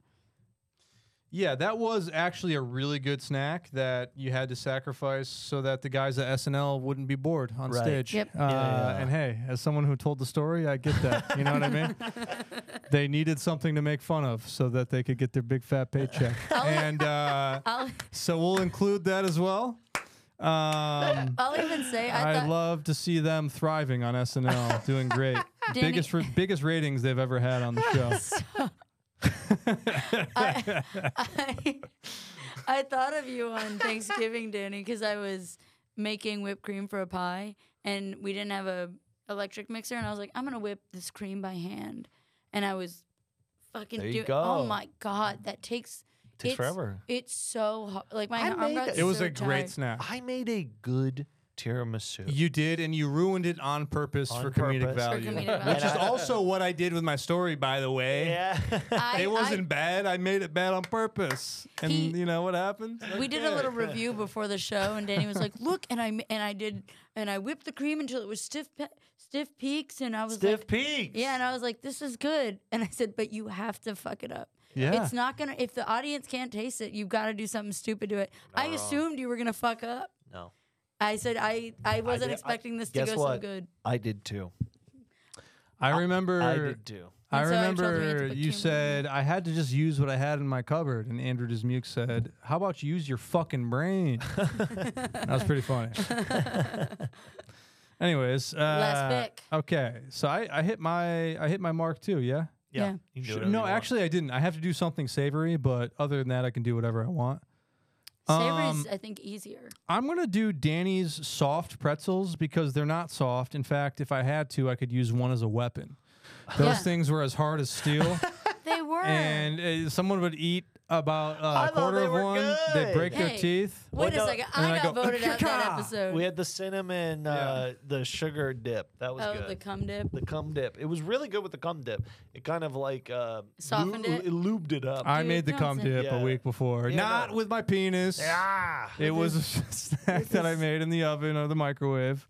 S4: Yeah, that was actually a really good snack that you had to sacrifice so that the guys at SNL wouldn't be bored on
S3: Right.
S4: stage.
S5: Yep.
S4: Uh,
S3: yeah.
S4: And hey, as someone who told the story, I get that. You know what I mean? they needed something to make fun of so that they could get their big fat paycheck. and uh,
S5: I'll,
S4: so we'll include that as well. Um,
S5: I'll even say I,
S4: I,
S5: thought
S4: love to see them thriving on SNL, doing great.
S5: Danny-
S4: biggest ra- biggest ratings they've ever had on the show.
S5: I, I, I thought of you on Thanksgiving, Danny, because I was making whipped cream for a pie, and we didn't have a electric mixer, and I was like, I'm gonna whip this cream by hand, and I was fucking
S3: There you
S5: doing. Oh
S3: go.
S5: my god, that takes
S3: Takes
S5: it's-
S3: forever.
S5: It's so hard. Like my
S3: I
S5: arm
S3: made
S5: got
S3: it.
S4: it was
S5: so
S4: a great
S5: tired.
S4: snack.
S3: I made a good tiramisu.
S4: You did, and you ruined it on purpose
S3: On
S4: for comedic
S3: purpose. For
S4: value,
S5: comedic value.
S4: which is also what I did with my story, by the way.
S3: yeah.
S5: I,
S4: It
S5: I-
S4: wasn't bad. I made it bad on purpose, and
S5: He-
S4: you know what happened?
S5: we did a little review before the show, and Danny was like, "Look," and I and I did, and I whipped the cream until it was stiff, pe- stiff peaks, and I was
S3: Stiff
S5: like,
S3: peaks.
S5: "Yeah," and I was like, "This is good," and I said, "But you have to fuck it up.
S4: Yeah.
S5: It's not gonna. If the audience can't taste it, you've got to do something stupid to it." I assumed you were gonna fuck up.
S3: No.
S5: I said I I wasn't
S3: did- I-
S5: expecting this to
S3: guess
S5: go so
S3: what?
S5: good.
S3: I did too.
S4: I remember.
S3: I did too.
S4: I
S5: And so I told her I had to
S4: remember
S5: put
S4: you
S5: two more in.
S4: said I had to just use what I had in my cupboard, and Andrew Dismuke said, "How about you use your fucking brain?" that was pretty funny. Anyways, uh,
S5: Last pick.
S4: Okay, so I, I hit my I hit my mark too. Yeah.
S5: Yeah.
S3: You can do
S4: Sh-
S3: whatever you
S4: No,
S3: want.
S4: actually, I didn't. I have to do something savory, but other than that, I can do whatever I want.
S5: Savory's
S4: Um,
S5: I think easier.
S4: I'm gonna do Danny's soft pretzels because they're not soft. In fact, if I had to, I could use one as a weapon. Those
S5: Yeah.
S4: things were as hard as steel.
S5: They were.
S4: and uh, someone would eat about uh,
S3: I
S4: a
S3: thought
S4: quarter
S3: they
S4: of
S3: were
S4: one. They
S3: good.
S4: break their
S5: Hey.
S4: teeth.
S5: Wait a
S3: Well, no,
S5: second.
S4: and
S5: I
S4: I
S5: got
S4: go,
S5: voted out that
S4: "Ka-ka."
S5: episode.
S3: We had the cinnamon, uh, the sugar dip. That was
S5: oh,
S3: good.
S5: the cum dip.
S3: the cum dip. It was really good with the cum dip. It kind of like uh,
S5: Softened
S3: lu-
S5: it?
S3: lu- lubed it up.
S4: I
S5: Dude,
S4: made the cum
S5: Johnson.
S4: dip a
S3: Yeah.
S4: week before.
S3: Yeah,
S4: Not
S3: no.
S4: with my penis.
S3: ah,
S4: It was a snack that I made in the oven or the microwave.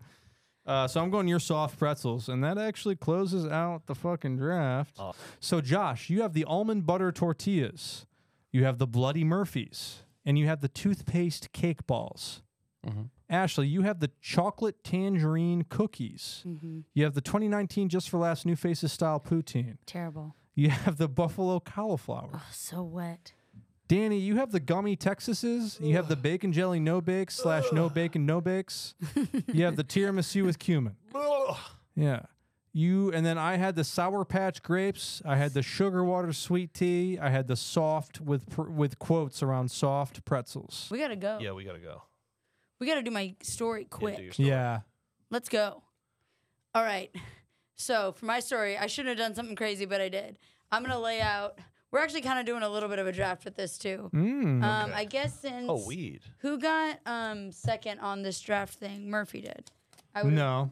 S4: Uh, so I'm going your soft pretzels, and that actually closes out the fucking draft.
S3: Oh.
S4: So Josh, you have the almond butter tortillas, you have the Bloody Murphys, and you have the toothpaste cake balls.
S3: Mm-hmm.
S6: Mhm.
S4: Ashley, you have the chocolate tangerine cookies. You have the 2019 Just for Last New Faces style poutine.
S5: Terrible.
S4: You have the buffalo cauliflower.
S5: So wet.
S4: Danny, you have the gummy Texases. You have the bacon jelly no bakes slash no bacon no bakes. you have the tiramisu with cumin.
S3: Ugh.
S4: Yeah. You and then I had the sour patch grapes. I had the sugar water sweet tea. I had the soft with pr- with quotes around soft pretzels.
S5: We gotta go.
S3: yeah, we gotta go.
S5: We gotta do my story
S3: Yeah, do
S5: quick.
S3: your story.
S4: Yeah.
S5: Let's go. All right. So for my story, I shouldn't have done something crazy, but I did. I'm gonna lay out. We're actually kind of doing a little bit of a draft with this too.
S4: Mm.
S5: Um, I guess since
S3: Oh, weed.
S5: who got um second on this draft thing? Murphy did. I would
S4: no.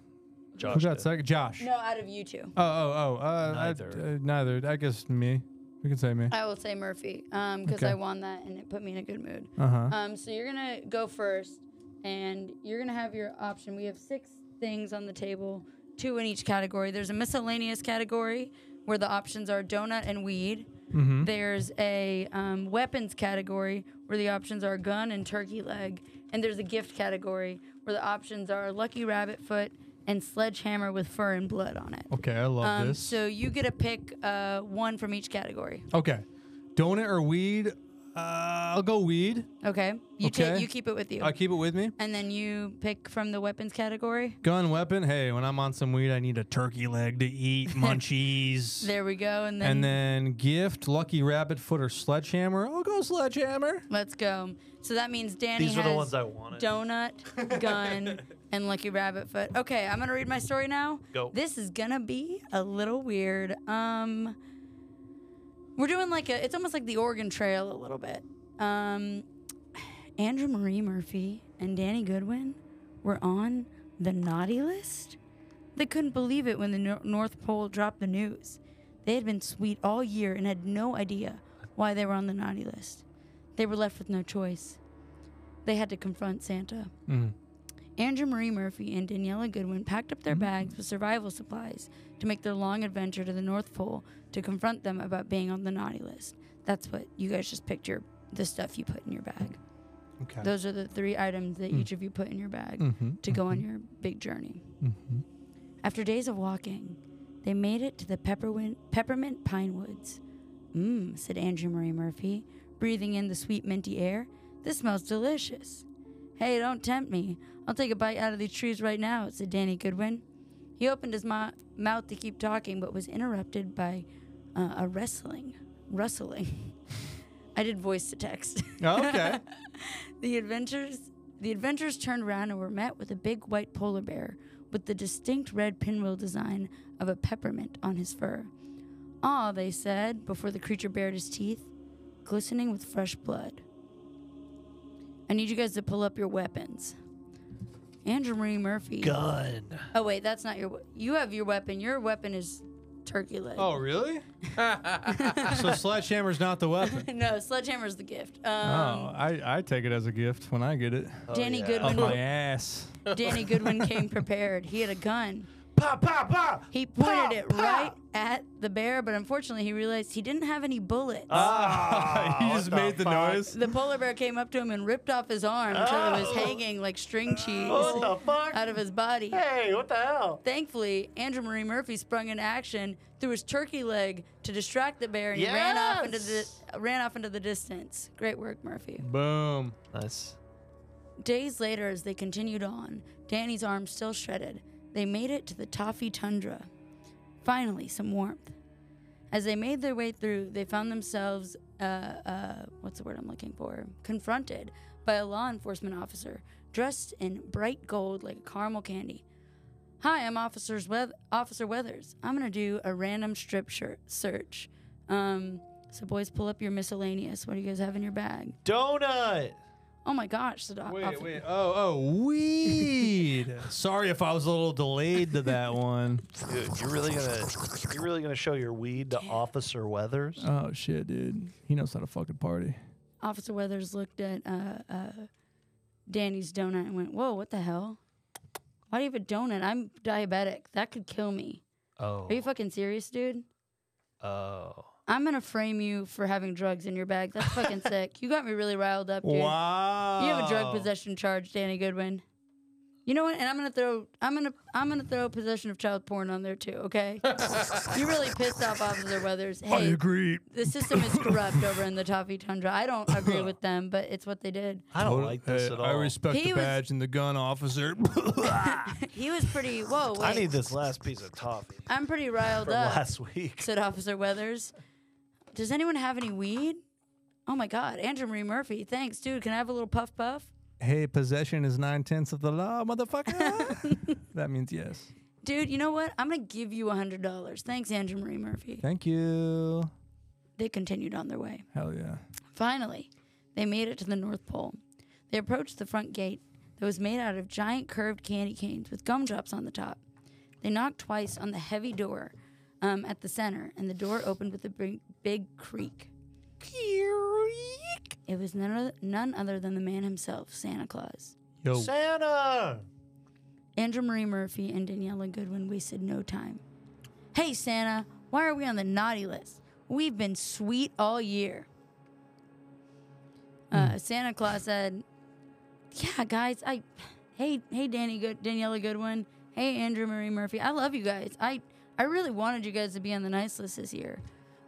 S3: Josh
S4: Who got
S3: did.
S4: second? Josh.
S5: no out of you two.
S4: Oh oh oh. Uh, I,
S3: Neither.
S4: uh, neither. I guess me. We can say me.
S5: I will say Murphy because
S4: Okay.
S5: I won that and it put me in a good mood.
S4: Uh huh.
S5: Um, so you're gonna go first, and you're gonna have your option. We have six things on the table, two in each category. There's a miscellaneous category where the options are donut and weed.
S4: Mm-hmm.
S5: There's a um, weapons category where the options are gun and turkey leg, and there's a gift category where the options are lucky rabbit foot and sledgehammer with fur and blood on it.
S4: Okay. I love
S5: Um,
S4: this.
S5: so you get to pick uh, one from each category.
S4: okay. Donut or weed? Uh, I'll go weed.
S5: Okay. You
S4: Okay.
S5: take you keep it with you.
S4: I keep it with me.
S5: And then you pick from the weapons category.
S4: Gun weapon. Hey, when I'm on some weed, I need a turkey leg to eat, munchies.
S5: There we go. And then,
S4: and then gift, lucky rabbit foot or sledgehammer. I'll go sledgehammer.
S5: let's go. So that means Danny
S3: These are
S5: has
S3: the ones I wanted.
S5: donut, gun, and lucky rabbit foot. Okay, I'm gonna read my story now.
S3: Go.
S5: This is gonna be a little weird. Um, we're doing like a. It's almost like the Oregon Trail a little bit. Um, Andrew Marie Murphy and Danny Goodwin were on the naughty list. They couldn't believe it when the Nor- North Pole dropped the news. They had been sweet all year and had no idea why they were on the naughty list. They were left with no choice. They had to confront Santa. Mm-hmm. Andrew Marie Murphy and Daniela Goodwin packed up their bags with survival supplies to make their long adventure to the North Pole to confront them about being on the naughty list. That's what you guys just picked your the stuff you put in your bag.
S4: Okay.
S5: Those are the three items that each of you put in your bag
S4: Mhm,
S5: to go on your big journey.
S4: Mm-hmm.
S5: After days of walking, they made it to the peppermint, peppermint pine woods. Mmm, said Andrew Marie Murphy, breathing in the sweet minty air. This smells delicious. Hey, don't tempt me. I'll take a bite out of these trees right now, said Danny Goodwin. He opened his mo- mouth to keep talking, but was interrupted by uh, a wrestling, rustling. I did voice to text.
S4: Mm-hmm. okay.
S5: The adventures the adventurers turned around and were met with a big white polar bear with the distinct red pinwheel design of a peppermint on his fur. Ah, they said before the creature bared his teeth, glistening with fresh blood. I need you guys to pull up your weapons. Andrew Marie Murphy.
S3: Gun.
S5: Oh wait, that's not your. we- You have your weapon. Your weapon is turkey leg.
S4: Oh, really? so sledgehammer's not the weapon.
S5: no, sledgehammer's the gift.
S4: Oh,
S5: Um,
S4: I, I take it as a gift when I get it.
S5: Danny
S3: Oh. yeah.
S4: Up
S5: Goodwin.
S4: my ass.
S5: Danny Goodwin came prepared. He had a gun.
S3: Pa pa pa.
S5: He pointed
S3: Pow,
S5: it
S3: pow.
S5: right at the bear, but unfortunately, he realized he didn't have any bullets.
S3: Ah,
S4: he
S3: what
S4: just made the
S3: fuck?
S4: noise.
S5: the polar bear came up to him and ripped off his arm until it was
S3: Oh.
S5: hanging like string cheese
S3: Ah. What the fuck?
S5: out of his body.
S3: Hey, what the hell?
S5: Thankfully, Andrew Marie Murphy sprung into action through his turkey leg to distract the bear, and he ran off into the
S3: Yes!
S5: ran off into the distance. Great work, Murphy.
S4: Boom.
S3: Nice.
S5: Days later, as they continued on, Danny's arm still shredded, they made it to the toffee tundra. Finally, some warmth. As they made their way through, they found themselves, uh, uh, what's the word I'm looking for? Confronted by a law enforcement officer dressed in bright gold like a caramel candy. Hi, I'm Officers Weath- Officer Weathers. I'm gonna do a random strip shirt search. Um, so, boys, pull up your miscellaneous. What do you guys have in your bag?
S3: Donut.
S5: Oh my gosh, said o-
S4: Wait,
S5: officer-
S4: wait. Oh, oh, weed. Sorry if I was a little delayed to that one.
S3: Dude, you're really gonna you're really gonna show your weed to Officer Weathers?
S4: Oh shit, dude. He knows how to fucking party.
S5: Officer Weathers looked at uh, uh, Danny's donut and went, "Whoa, what the hell? Why do you have a donut? I'm diabetic. That could kill me.
S3: Oh.
S5: Are you fucking serious, dude?
S3: Oh.
S5: I'm gonna frame you for having drugs in your bag. That's fucking sick. You got me really riled up, dude.
S4: Wow.
S5: You have a drug possession charge, Danny Goodwin. You know what? And I'm gonna throw I'm gonna I'm gonna throw possession of child porn on there too. Okay? you really pissed off Officer Weathers. Hey,
S4: agree.
S5: the system is corrupt over in the Toffee Tundra. I don't agree with them, but it's what they did.
S3: I don't like this at all.
S4: I respect
S5: He
S4: the
S5: was-
S4: badge and the gun, officer.
S5: He was pretty. Whoa, wait.
S3: I need this last piece of toffee
S5: I'm pretty riled
S3: from
S5: up,"
S3: last week.
S5: said Officer Weathers. Does anyone have any weed? Oh my God, Andrew Marie Murphy. Thanks, dude. Can I have a little puff puff?
S4: hey, possession is nine tenths of the law, motherfucker. that means yes.
S5: Dude, you know what? I'm gonna give you a hundred dollars. Thanks, Andrew Marie Murphy.
S4: Thank you.
S5: They continued on their way.
S4: Hell yeah.
S5: Finally, they made it to the North Pole. They approached the front gate that was made out of giant curved candy canes with gumdrops on the top. They knocked twice on the heavy door um, at the center, and the door opened with a big, big creak. Creak! It was none other, none other than the man himself, Santa Claus.
S4: Yo.
S3: Santa.
S5: Andrew Marie Murphy and Daniela Goodwin wasted no time. Hey, Santa, why are we on the naughty list? We've been sweet all year.
S4: Hmm.
S5: Uh, Santa Claus said, "Yeah, guys, I, hey, hey, Danny, Good, Daniela Goodwin, hey, Andrew Marie Murphy, I love you guys. I, I really wanted you guys to be on the nice list this year,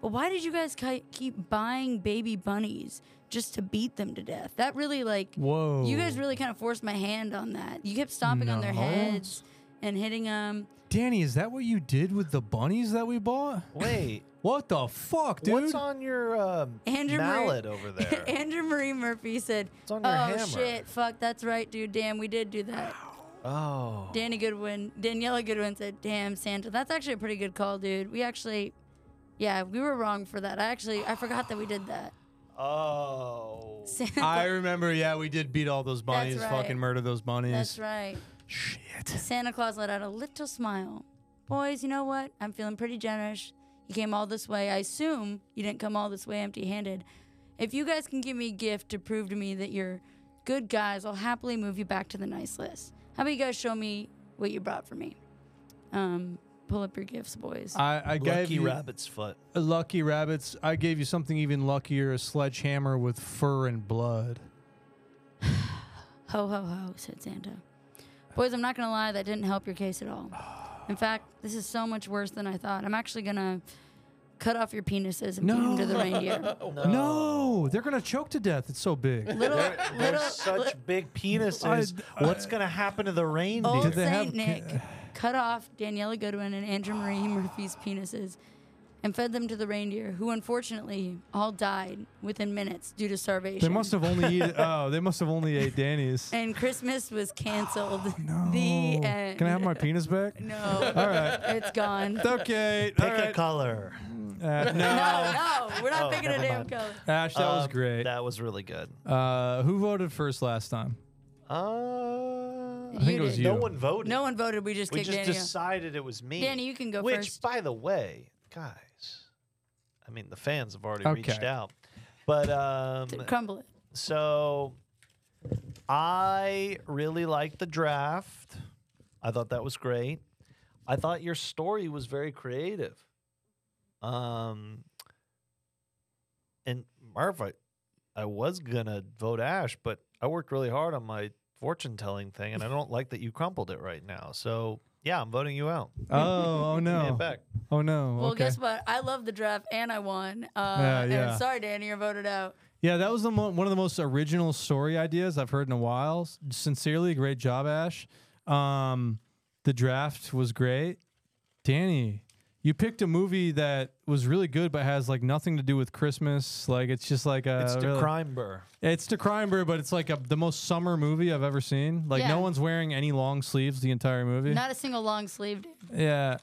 S5: but why did you guys ki- keep buying baby bunnies just to beat them to death? That really like."
S4: Whoa.
S5: You guys really kind of forced my hand on that. You kept stomping on their
S4: No.
S5: heads and hitting them.
S4: Danny, is that what you did with the bunnies that we bought?
S3: Wait.
S4: What the fuck, dude?
S3: What's on your um,
S5: Andrew Murray-
S3: mallet over there?
S5: Andrew Marie Murphy said,
S3: It's
S5: "Oh
S3: on your hammer."
S5: shit, fuck, that's right, dude. Damn, we did do that."
S3: oh.
S5: Danny Goodwin, Daniela Goodwin said, "Damn, Santa, that's actually a pretty good call, dude. We actually, yeah, we were wrong for that. I actually, I forgot that we did that."
S3: Oh.
S5: Santa,
S4: I remember, yeah, we did beat all those bunnies,
S5: right.
S4: fucking murder those bunnies.
S5: that's right.
S4: Shit.
S5: Santa Claus let out a little smile. Boys, you know what? I'm feeling pretty generous. You came all this way. I assume you didn't come all this way empty handed. If you guys can give me a gift to prove to me that you're good guys, I'll happily move you back to the nice list. How about you guys show me what you brought for me? Um, pull up your gifts, boys.
S4: I, I gave
S3: Lucky
S4: you
S3: rabbit's foot.
S4: lucky rabbits. I gave you something even luckier: a sledgehammer with fur and blood.
S5: Ho, ho, ho, said Santa. Boys, I'm not going to lie, that didn't help your case at all. In fact, this is so much worse than I thought. I'm actually going to cut off your penises and feed 'em to the
S4: No.
S5: reindeer.
S3: No.
S4: No, they're gonna choke to death. It's so big.
S5: Little,
S3: They're
S5: little, Oh.
S3: such big penises.
S4: I-
S3: What's going to happen to the reindeer?
S5: Old
S4: Did they
S5: Saint
S4: have- uh,
S5: Nick cut off Daniela Goodwin and Andrew Marie Murphy's penises and fed them to the reindeer, who unfortunately all died within minutes due to starvation.
S4: They must have only eat, oh, they must have only ate Danny's.
S5: And Christmas was canceled.
S4: No.
S5: The end.
S4: Can I have my penis back?
S5: No.
S4: All right.
S5: It's gone.
S4: Okay.
S3: Pick
S4: all right.
S3: a color.
S4: Uh, no.
S5: No, no, we're not
S3: Oh,
S5: picking a
S3: never
S5: damn
S3: mind.
S5: color.
S4: Ash, that was
S3: Um,
S4: great.
S3: That was really good.
S4: Uh, who voted first last time?
S3: Uh,
S4: I think it was
S5: did.
S4: you.
S3: No one voted.
S5: No one voted. We just
S3: We
S5: kicked
S3: just
S5: Danny. out.
S3: decided it was me.
S5: Danny, you can go
S3: Which,
S5: first.
S3: by the way, guys, I mean the fans have already reached
S4: Okay.
S3: out, but um,
S5: Th- Crumble it.
S3: so I really liked the draft. I thought that was great. I thought your story was very creative. Um, and Marv, I, I was gonna vote Ash, but I worked really hard on my fortune telling thing, and I don't like that you crumpled it right now. So yeah, I'm voting you out.
S4: Oh, oh
S3: Give me it
S4: no.
S3: back.
S4: Oh no.
S5: Well,
S4: okay.
S5: guess what? I love the draft and I won. Uh,
S4: Yeah, yeah.
S5: And sorry, Danny, you're voted out.
S4: Yeah, that was the mo- one of the most original story ideas I've heard in a while. S- Sincerely, great job, Ash. Um, the draft was great. Danny, you picked a movie that was really good, but has like nothing to do with Christmas. Like it's just like a
S3: It's the
S4: really-
S3: crime burr.
S4: It's the crime brew, but it's like a, the most summer movie I've ever seen. Like
S5: Yeah.
S4: no one's wearing any long sleeves the entire movie.
S5: Not a single long sleeve. dude.
S4: yeah.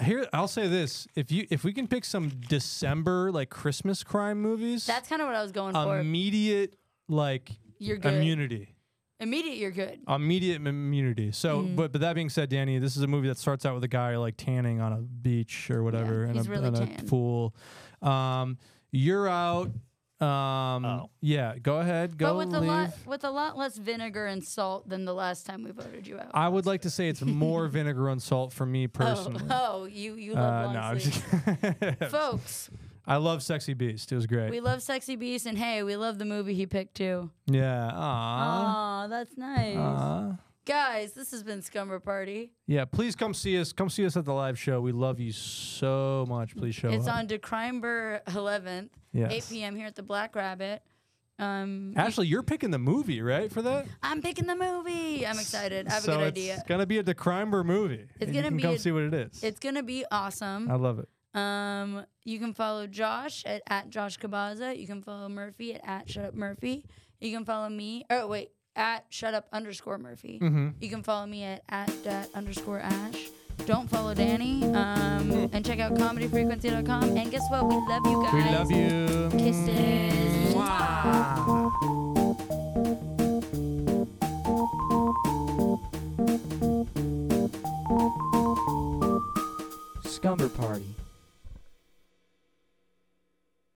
S4: Here, I'll say this: if you if we can pick some December like Christmas crime movies,
S5: That's kind of what I was going for.
S4: immediate like
S5: You're good.
S4: immunity.
S5: Immediate, you're good.
S4: Immediate m- immunity. So,
S5: Mm.
S4: but but that being said, Danny, this is a movie that starts out with a guy like tanning on a beach or whatever in,
S5: he's
S4: a,
S5: really
S4: in a
S5: tan.
S4: pool. Um, you're out. Um,
S3: Oh.
S4: yeah, go ahead, go
S5: but with a
S4: leave.
S5: lot with a lot less vinegar and salt than the last time we voted you out.
S4: I would like to say it's more vinegar and salt for me personally.
S5: Oh, oh, you you love
S4: Uh, no,
S5: long
S4: I'm
S5: sleeves.
S4: just-
S5: Folks,
S4: I love Sexy Beast. It was great.
S5: we love Sexy Beast, and hey, we love the movie he picked too.
S4: yeah. Aw.
S5: Aw, that's nice.
S4: Aw.
S5: Guys, this has been Scumber Party.
S4: Yeah. Please come see us. Come see us at the live show. We love you so much. Please show
S5: it's
S4: up.
S5: on Decrimber 11th,
S4: Yes.
S5: 8 p.m. here at the Black Rabbit. Um,
S4: Ashley, you're picking the movie, right? For that.
S5: I'm picking the movie. I'm excited. I have
S4: so
S5: a good
S4: it's
S5: idea.
S4: gonna be a DeCrimber movie. and you
S5: gonna
S4: can
S5: be
S4: Come
S5: a-
S4: see what it is.
S5: It's gonna be
S4: I
S5: awesome.
S4: love it.
S5: Um, you can follow Josh at, at Josh Cabaza. You can follow Murphy at, at Shut Up Murphy. You can follow me. Oh wait, at Shut Up underscore Murphy.
S4: Mm-hmm.
S5: You can follow me at at dat underscore Ash. Don't follow Danny. Um, and check out comedyfrequency.com. And guess what? We love you guys.
S4: We love you.
S5: Kisses. Mwah.